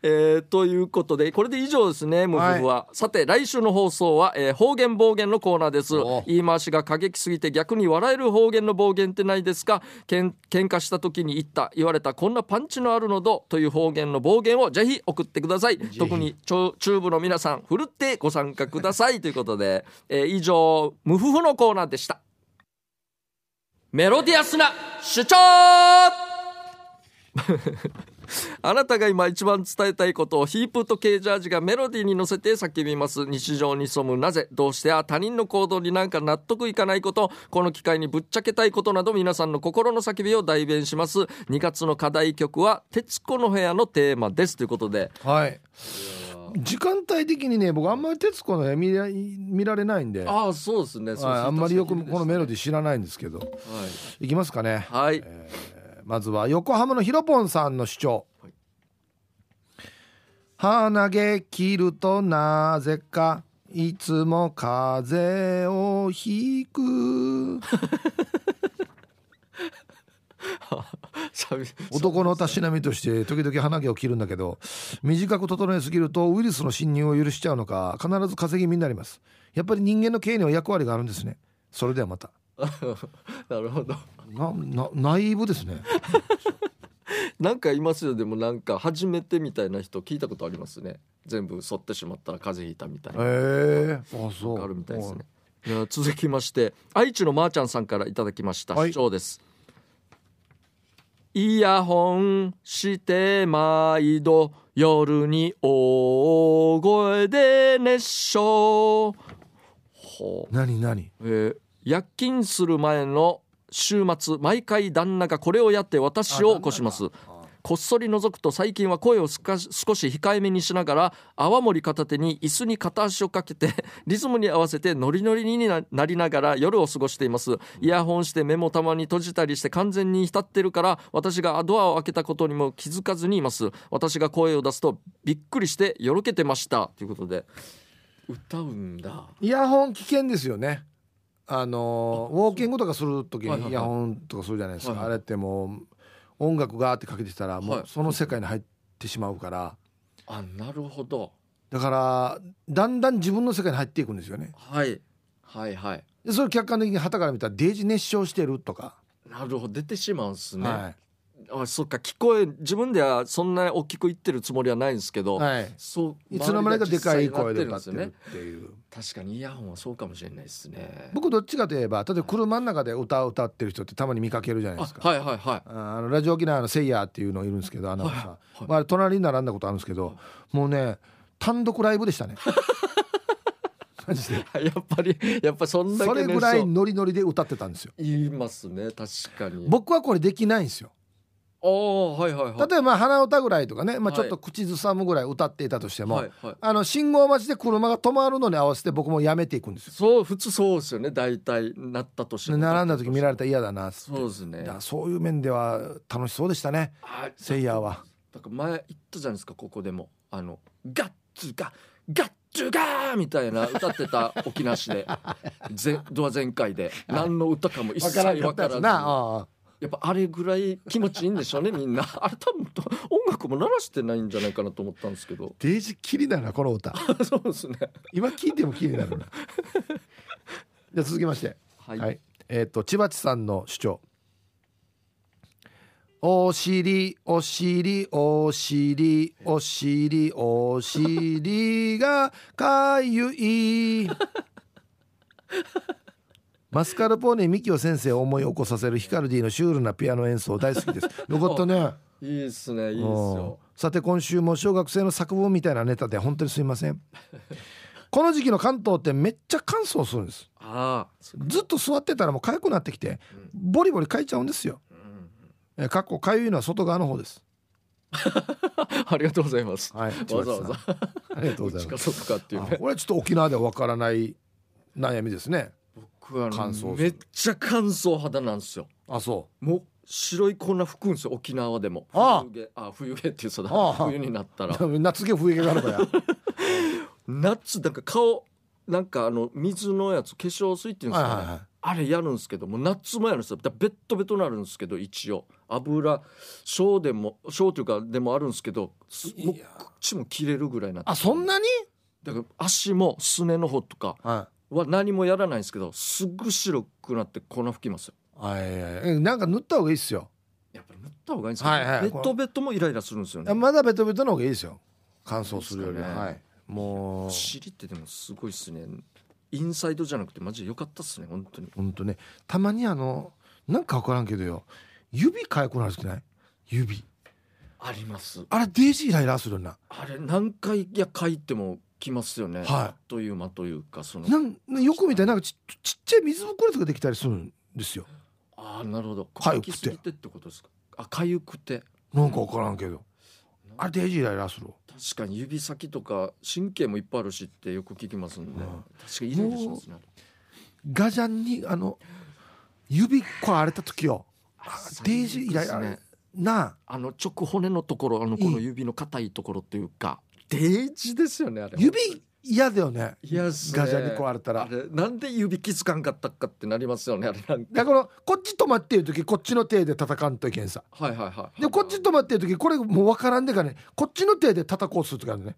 Speaker 1: えーということでこれで以上ですねムフフは、さて来週の放送は、えー方言暴言のコーナーです
Speaker 2: お
Speaker 1: 言い回しが過激すぎて逆に笑える方言の暴言ってないですかけん喧嘩した時に言った言われたこんなパンチのあるのどという方言の暴言をぜひ送ってください
Speaker 2: ひ
Speaker 1: 特にちょ中部の皆さんふるってご参加くださいということで、 *laughs* えー以上ムフフのコーナーでしたメロディアスな主張 *laughs* あなたが今一番伝えたいことをヒープとケージャージがメロディーに乗せて叫びます日常に潜むなぜどうしてや他人の行動になんか納得いかないことこの機会にぶっちゃけたいことなど皆さんの心の叫びを代弁します2月の課題曲は「徹子の部屋」のテーマですということで
Speaker 2: はい時間帯的にね僕あんまり徹子の部屋見ら見られないんではい
Speaker 1: ああそうですね
Speaker 2: あんまりよくこのメロディー知らないんですけどいきますかね
Speaker 1: はい、はい
Speaker 2: まずは横浜のひろぽんさんの主張
Speaker 1: はい
Speaker 2: 鼻毛切るとなぜかいつも風邪をひく
Speaker 1: *laughs* 寂しい
Speaker 2: 男のたしなみとして時々鼻毛を切るんだけど短く整えすぎるとウイルスの侵入を許しちゃうのか必ず風邪気味になりますやっぱり人間の経営には役割があるんですねそれではまた
Speaker 1: なるほど
Speaker 2: なな内部です *laughs* ね
Speaker 1: なんかいますよでもなんか初めてみたいな人聞いたことありますね全部剃ってしまったら風邪ひいたみたいな
Speaker 2: へえあそう
Speaker 1: あるみたいですね。いや続きまして愛知のまーちゃんさんからいただきました、
Speaker 2: はい
Speaker 1: 主張ですイヤホンして毎度夜に大声で熱唱ほう
Speaker 2: 何何
Speaker 1: えー夜勤する前の週末毎回旦那がこれをやって私を起こしますこっそり覗くと最近は声をすかし少し控えめにしながら泡盛片手に椅子に片足をかけて *laughs* リズムに合わせてノリノリにななりながら夜を過ごしていますイヤホンして目もたまに閉じたりして完全に浸ってるから私がドアを開けたことにも気づかずにいます私が声を出すとびっくりしてよろけてましたということで歌うんだ
Speaker 2: イヤホン危険ですよね。あのーウォーキングとかする時
Speaker 1: はいはいはい
Speaker 2: にイヤホンとかするじゃないですか、
Speaker 1: はいはい
Speaker 2: あれってもう音楽がーってかけてたらも
Speaker 1: は
Speaker 2: う
Speaker 1: い
Speaker 2: その世界に入ってしまうから
Speaker 1: あなるほど
Speaker 2: だからだんだん自分の世界に入っていくんですよね
Speaker 1: はいはいはい
Speaker 2: でそれ客観的に旗から見たらデージ熱唱してるとか、
Speaker 1: なるほど出てしまうんすね、
Speaker 2: は
Speaker 1: あそっか聞こえ自分ではそんな大きく言ってるつもりはないんですけど、
Speaker 2: い、はい、
Speaker 1: そう
Speaker 2: いつの間にかでかい声
Speaker 1: 周り
Speaker 2: で歌
Speaker 1: が
Speaker 2: って
Speaker 1: 実際にな
Speaker 2: る
Speaker 1: っ
Speaker 2: っていう
Speaker 1: てるんですよね確かにイヤホンはそうかもしれないですね
Speaker 2: 僕どっちかといえば例えば車の中で歌を歌ってる人ってたまに見かけるじゃないですか
Speaker 1: あはいはい *laughs* は
Speaker 2: ああのラジオ沖縄のセイヤーっていうのいるんですけどアナウンサー、
Speaker 1: い
Speaker 2: まあ、あれ隣に並んだことあるんですけどもうね単独ライブ
Speaker 1: *laughs*
Speaker 2: でしたねマジで
Speaker 1: いやっぱりやっぱそんだけ
Speaker 2: それぐらいノリノリで歌ってたんですよ
Speaker 1: 言いますね確かに
Speaker 2: 僕はこれできないんですよ
Speaker 1: ああはいはいはい
Speaker 2: 例えばまあ鼻歌ぐらいとかね、ま
Speaker 1: は
Speaker 2: あ、
Speaker 1: い
Speaker 2: ちょっと口ずさむぐらい歌っていたとしても、
Speaker 1: はいはい
Speaker 2: あの信号待ちで車が止まるのに合わせて僕もやめていくんですよ
Speaker 1: そう普通そうですよね大体なったとして
Speaker 2: で
Speaker 1: も
Speaker 2: 並んだ時見られたら嫌だなっつって
Speaker 1: そうですね
Speaker 2: だからそういう面では楽しそうでしたね
Speaker 1: あ
Speaker 2: セイヤーは
Speaker 1: だから前言ったじゃないですかここでもあのガッツガガッツガーみたいな歌って
Speaker 2: *laughs*
Speaker 1: た沖縄市でぜドア全開で何の歌かも一
Speaker 2: 分 *laughs*
Speaker 1: 切
Speaker 2: からんか
Speaker 1: 分
Speaker 2: った
Speaker 1: からず
Speaker 2: やつ
Speaker 1: に
Speaker 2: なああ
Speaker 1: やっぱあれぐらい気持ちいいんでしょうねみんな *laughs* あれ多分と音楽も鳴らしてないんじゃないかなと思ったんですけ
Speaker 2: *laughs*
Speaker 1: ど
Speaker 2: デージキリだなこの歌
Speaker 1: そうですね
Speaker 2: 今聞いても気になるなじゃあ続きまして
Speaker 1: は、
Speaker 2: はいい、えっ、と千葉地さんの主張お尻お尻お尻お尻お尻がかゆ
Speaker 1: *laughs*
Speaker 2: いマスカルポーネミキオ先生を思い起こさせるヒカルディのシュールなピアノ演奏大好き
Speaker 1: *laughs*
Speaker 2: ですよかったね
Speaker 1: いいですねいいです
Speaker 2: うん
Speaker 1: よ
Speaker 2: さて今週も小学生の作文みたいなネタで本当にすいませんこの時期の関東ってめっちゃ乾燥するんです
Speaker 1: ああそれ
Speaker 2: ずっと座ってたらもう痒くなってきてボリボリかいちゃうんですよ
Speaker 1: うん
Speaker 2: えーかっこかゆいのは外側の方です
Speaker 1: ありがとうございます
Speaker 2: はい
Speaker 1: わざわざ
Speaker 2: ありがとうご
Speaker 1: う
Speaker 2: ざ
Speaker 1: ち
Speaker 2: い
Speaker 1: か
Speaker 2: ます
Speaker 1: そっかっていう
Speaker 2: あ
Speaker 1: ね
Speaker 2: これはちょっと沖縄ではわからない悩みですね
Speaker 1: 僕はね
Speaker 2: 乾燥する
Speaker 1: めっちゃ乾燥肌なんですよ
Speaker 2: あそ
Speaker 1: もう白い粉吹くんですよ沖縄でも
Speaker 2: ああ
Speaker 1: 冬毛あ冬毛っていうそうだ
Speaker 2: ああ
Speaker 1: 冬になったら
Speaker 2: う夏毛冬毛がある
Speaker 1: *laughs*
Speaker 2: から
Speaker 1: 夏なんか顔なんかあの水のやつ化粧水っていうんですかね、
Speaker 2: はいはいはい
Speaker 1: あれやるんですけどもう夏もやるんですよだからベットベトなるんですけど一応油小でも小というかでもあるんですけどすもう
Speaker 2: いや
Speaker 1: 口も切れるぐらいになって
Speaker 2: あそんなに、
Speaker 1: だから足もすねの方とか
Speaker 2: は
Speaker 1: は何もやらないんですけどすぐ白くなって粉吹きますよ
Speaker 2: い、はいはいはいなんか塗った方がいいっすよ
Speaker 1: やっぱり塗った方がいいんですけど、
Speaker 2: はいはい
Speaker 1: ベットベトもイライラするんですよね
Speaker 2: まだベトベトの方がいいですよ乾燥するよりは、
Speaker 1: いいですかね
Speaker 2: はいもう
Speaker 1: 尻ってでもすごいっすねインサイドじゃなくてマジで良かったっすね本当に
Speaker 2: ほんとねたまにあのなんか分からんけどよ指痒くなる時ない指
Speaker 1: あります
Speaker 2: あれデージイライラするな
Speaker 1: あれ何回いや書いても来ますよね、
Speaker 2: はい
Speaker 1: あっという間というかその
Speaker 2: なんよく見たらなんかちちっちゃい水ぶくれとかできたりするんですよ
Speaker 1: ああなるほど
Speaker 2: 痒くて
Speaker 1: きすぎてってことですかあかゆくて
Speaker 2: なんか分からんけどあれデージイライラするわ
Speaker 1: 確かに指先とか神経もいっぱいあるしってよく聞きますんで、
Speaker 2: うん
Speaker 1: 確かにイライラしますね
Speaker 2: ガジャンにあの指こう荒れた時よ
Speaker 1: あれ
Speaker 2: デージイライ
Speaker 1: 最悪
Speaker 2: ラ、
Speaker 1: ですね
Speaker 2: なあ
Speaker 1: あの直骨のところあのこの指の硬いところというかデージですよねあれ
Speaker 2: 指嫌だよね
Speaker 1: いやっすね
Speaker 2: ガジャンにこう荒れたら
Speaker 1: あれなんで指気づかんかったかってなりますよねあれなんか
Speaker 2: だからこっち止まってる時こっちの手で叩かんといけんさ
Speaker 1: はいはいはい
Speaker 2: でこっち止まってる時これもう分からんでかねこっちの手で叩こうする時あるね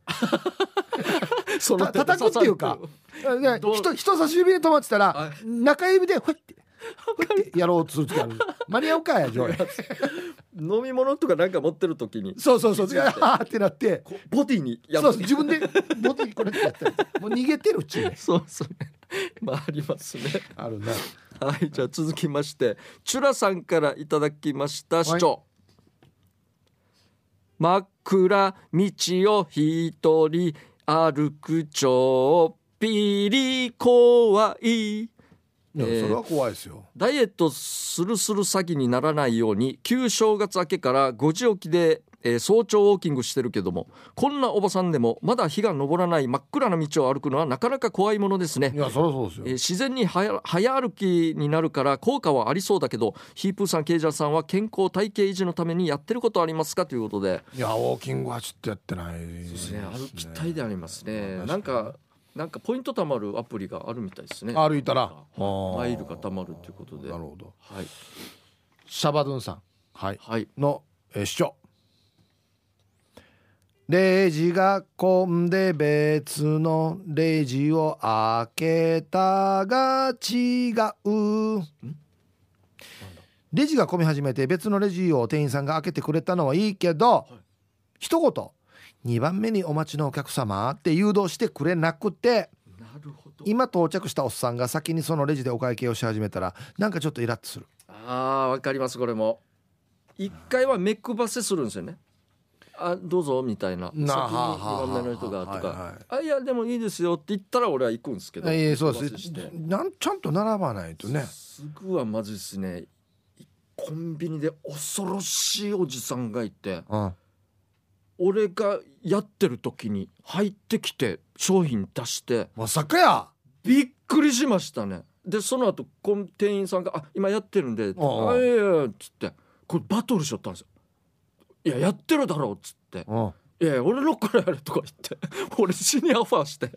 Speaker 1: そ
Speaker 2: た叩くっていうかね
Speaker 1: どう
Speaker 2: 人人差し指で止まってたら
Speaker 1: は
Speaker 2: 中指でほい *laughs* ってほいってやろうとする時ある間に合うかやジョイ
Speaker 1: 飲み物とかなんか持ってる時に
Speaker 2: そうそうそうあーってなって
Speaker 1: こうボディにや
Speaker 2: そうそう自分でボディこれってやったりもう逃げてるうちにね
Speaker 1: そうそう *laughs* ねまあありますね
Speaker 2: あるな
Speaker 1: はいじゃあ続きましてチュラさんからいただきました市長、真っ暗道を一人歩くちょっぴり怖い
Speaker 2: いや
Speaker 1: えー
Speaker 2: それは怖いですよ
Speaker 1: ダイエットするする詐欺にならないように旧正月明けから5時起きで、えー早朝ウォーキングしてるけどもこんなおばさんでもまだ日が昇らない真っ暗な道を歩くのはなかなか怖いものですね
Speaker 2: い。やそりゃそうですよ
Speaker 1: えー自然に早早歩きになるから効果はありそうだけどヒープーさんケイジャーさんは健康体型維持のためにやってることありますかということで
Speaker 2: いやウォーキングはちょっとやってないですね
Speaker 1: 歩きたいでありますね
Speaker 2: まあ
Speaker 1: なんかなんかポイント貯まるアプリがあるみたいですね
Speaker 2: 歩いたら
Speaker 1: マイル
Speaker 2: か
Speaker 1: が貯まるということで
Speaker 2: なる
Speaker 1: は
Speaker 2: ほど
Speaker 1: い
Speaker 2: シャバドゥンさんはい
Speaker 1: はい
Speaker 2: の、えー主張レジが混んで別のレジを開けたが違うレジが混み始めて別のレジを店員さんが開けてくれたのはいいけど、一言2番目にお待ちのお客様って誘導してくれなくて
Speaker 1: なるほど
Speaker 2: 今到着したおっさんが先にそのレジでお会計をし始めたらなんかちょっとイラッとする
Speaker 1: あーわかりますこれも一回は目配せするんですよねあどうぞみたいな先に
Speaker 2: なあ
Speaker 1: 2番目の人がと
Speaker 2: はあはあは
Speaker 1: か「あいやでもいいですよ」って言ったら俺は行くんですけど
Speaker 2: ええそう
Speaker 1: 目配
Speaker 2: で
Speaker 1: せ
Speaker 2: す
Speaker 1: して
Speaker 2: なんちゃんと並ばないとね
Speaker 1: すぐはまずいですねコンビニで恐ろしいおじさんがいて
Speaker 2: うん
Speaker 1: 俺がやってる時に入ってきて商品出して
Speaker 2: まさかや
Speaker 1: びっくりしましたねでその後コン店員さんが「あ今やってるんで」
Speaker 2: おうおう
Speaker 1: あいやいや」っつってこれバトルしよったんですよ。いややってるだろうっつって
Speaker 2: うん
Speaker 1: 「いやいや俺のからやれ」とか言って *laughs* 俺死にアファーして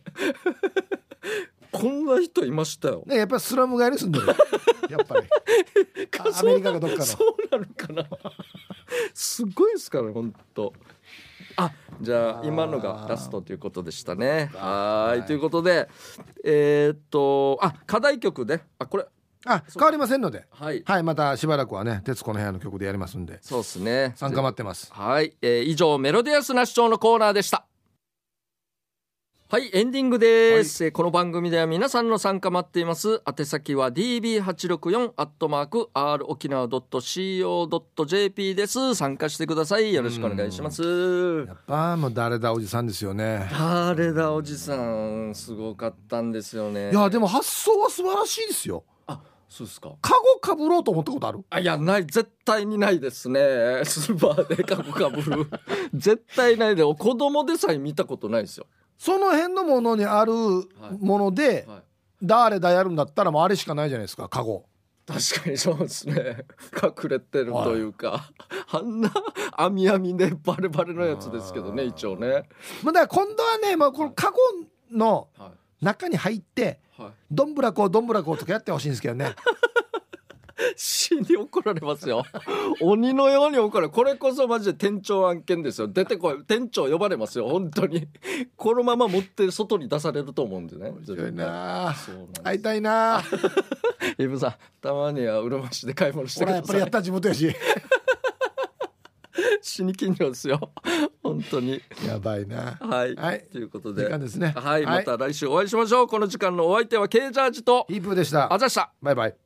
Speaker 1: *laughs* こんな人いましたよ。
Speaker 2: ねやっぱりスラム街に住
Speaker 1: *laughs*
Speaker 2: んでるやっぱりあアメリカかどっかの
Speaker 1: そうなのかな *laughs* すごいですから本当あじゃあ
Speaker 2: あー
Speaker 1: 今のがラストということでしたね
Speaker 2: か
Speaker 1: はーい
Speaker 2: はい
Speaker 1: ということでえーっとあ課題曲ねあこれ
Speaker 2: あ変わりませんので
Speaker 1: はい
Speaker 2: はいまたしばらくはね『徹子の部屋』の曲でやりますんで
Speaker 1: そうですね
Speaker 2: 参加待ってます
Speaker 1: はい、えー以上メロディアスな主張のコーナーでしたはいエンディングです、えーこの番組では皆さんの参加待っています宛先は db864 アットマーク r 沖縄 .co.jp です参加してくださいよろしくお願いします
Speaker 2: やっぱもう誰だおじさんですよね
Speaker 1: 誰だおじさんすごかったんですよね
Speaker 2: いやでも発想は素晴らしいですよ
Speaker 1: あそうですか
Speaker 2: カゴかぶろうと思ったことある
Speaker 1: あいやない絶対にないですね *laughs* スーパーでカゴかぶる *laughs* 絶対ないでお子供でさえ見たことないですよ
Speaker 2: その辺のものにあるもので
Speaker 1: はい
Speaker 2: 誰だやるんだったらもうあれしかないじゃないですかカゴ
Speaker 1: 確かにそうですね *laughs* 隠れてるというか、あんな網網でバレバレのやつですけどね
Speaker 2: あー
Speaker 1: 一応ね
Speaker 2: まあだから今度はね、まあ、このカゴの
Speaker 1: は
Speaker 2: 中に入って
Speaker 1: い、はい、
Speaker 2: どんぶらこどんぶらことかやってほしいんですけどね
Speaker 1: 死に怒られますよ *laughs* 鬼のように怒られこれこそマジで店長案件ですよ出てこい店長呼ばれますよ本当にこのまま持って外に出されると思うんでね
Speaker 2: 面白いなあ
Speaker 1: そうなんです
Speaker 2: 会いたいなあ
Speaker 1: イブさんたまにはうるま市で買い物して
Speaker 2: ほ
Speaker 1: く
Speaker 2: らや
Speaker 1: だ
Speaker 2: っぱ
Speaker 1: さ
Speaker 2: りや
Speaker 1: い
Speaker 2: った地元やし
Speaker 1: 死に金魚ですよ *laughs* 本当に
Speaker 2: *laughs* やばいな
Speaker 1: はい、
Speaker 2: はい
Speaker 1: ということで
Speaker 2: 時間ですね
Speaker 1: はい、また来週お会いしましょうこの時間のお相手は K ジャージと
Speaker 2: ヒープーでした
Speaker 1: あざした
Speaker 2: バイバイ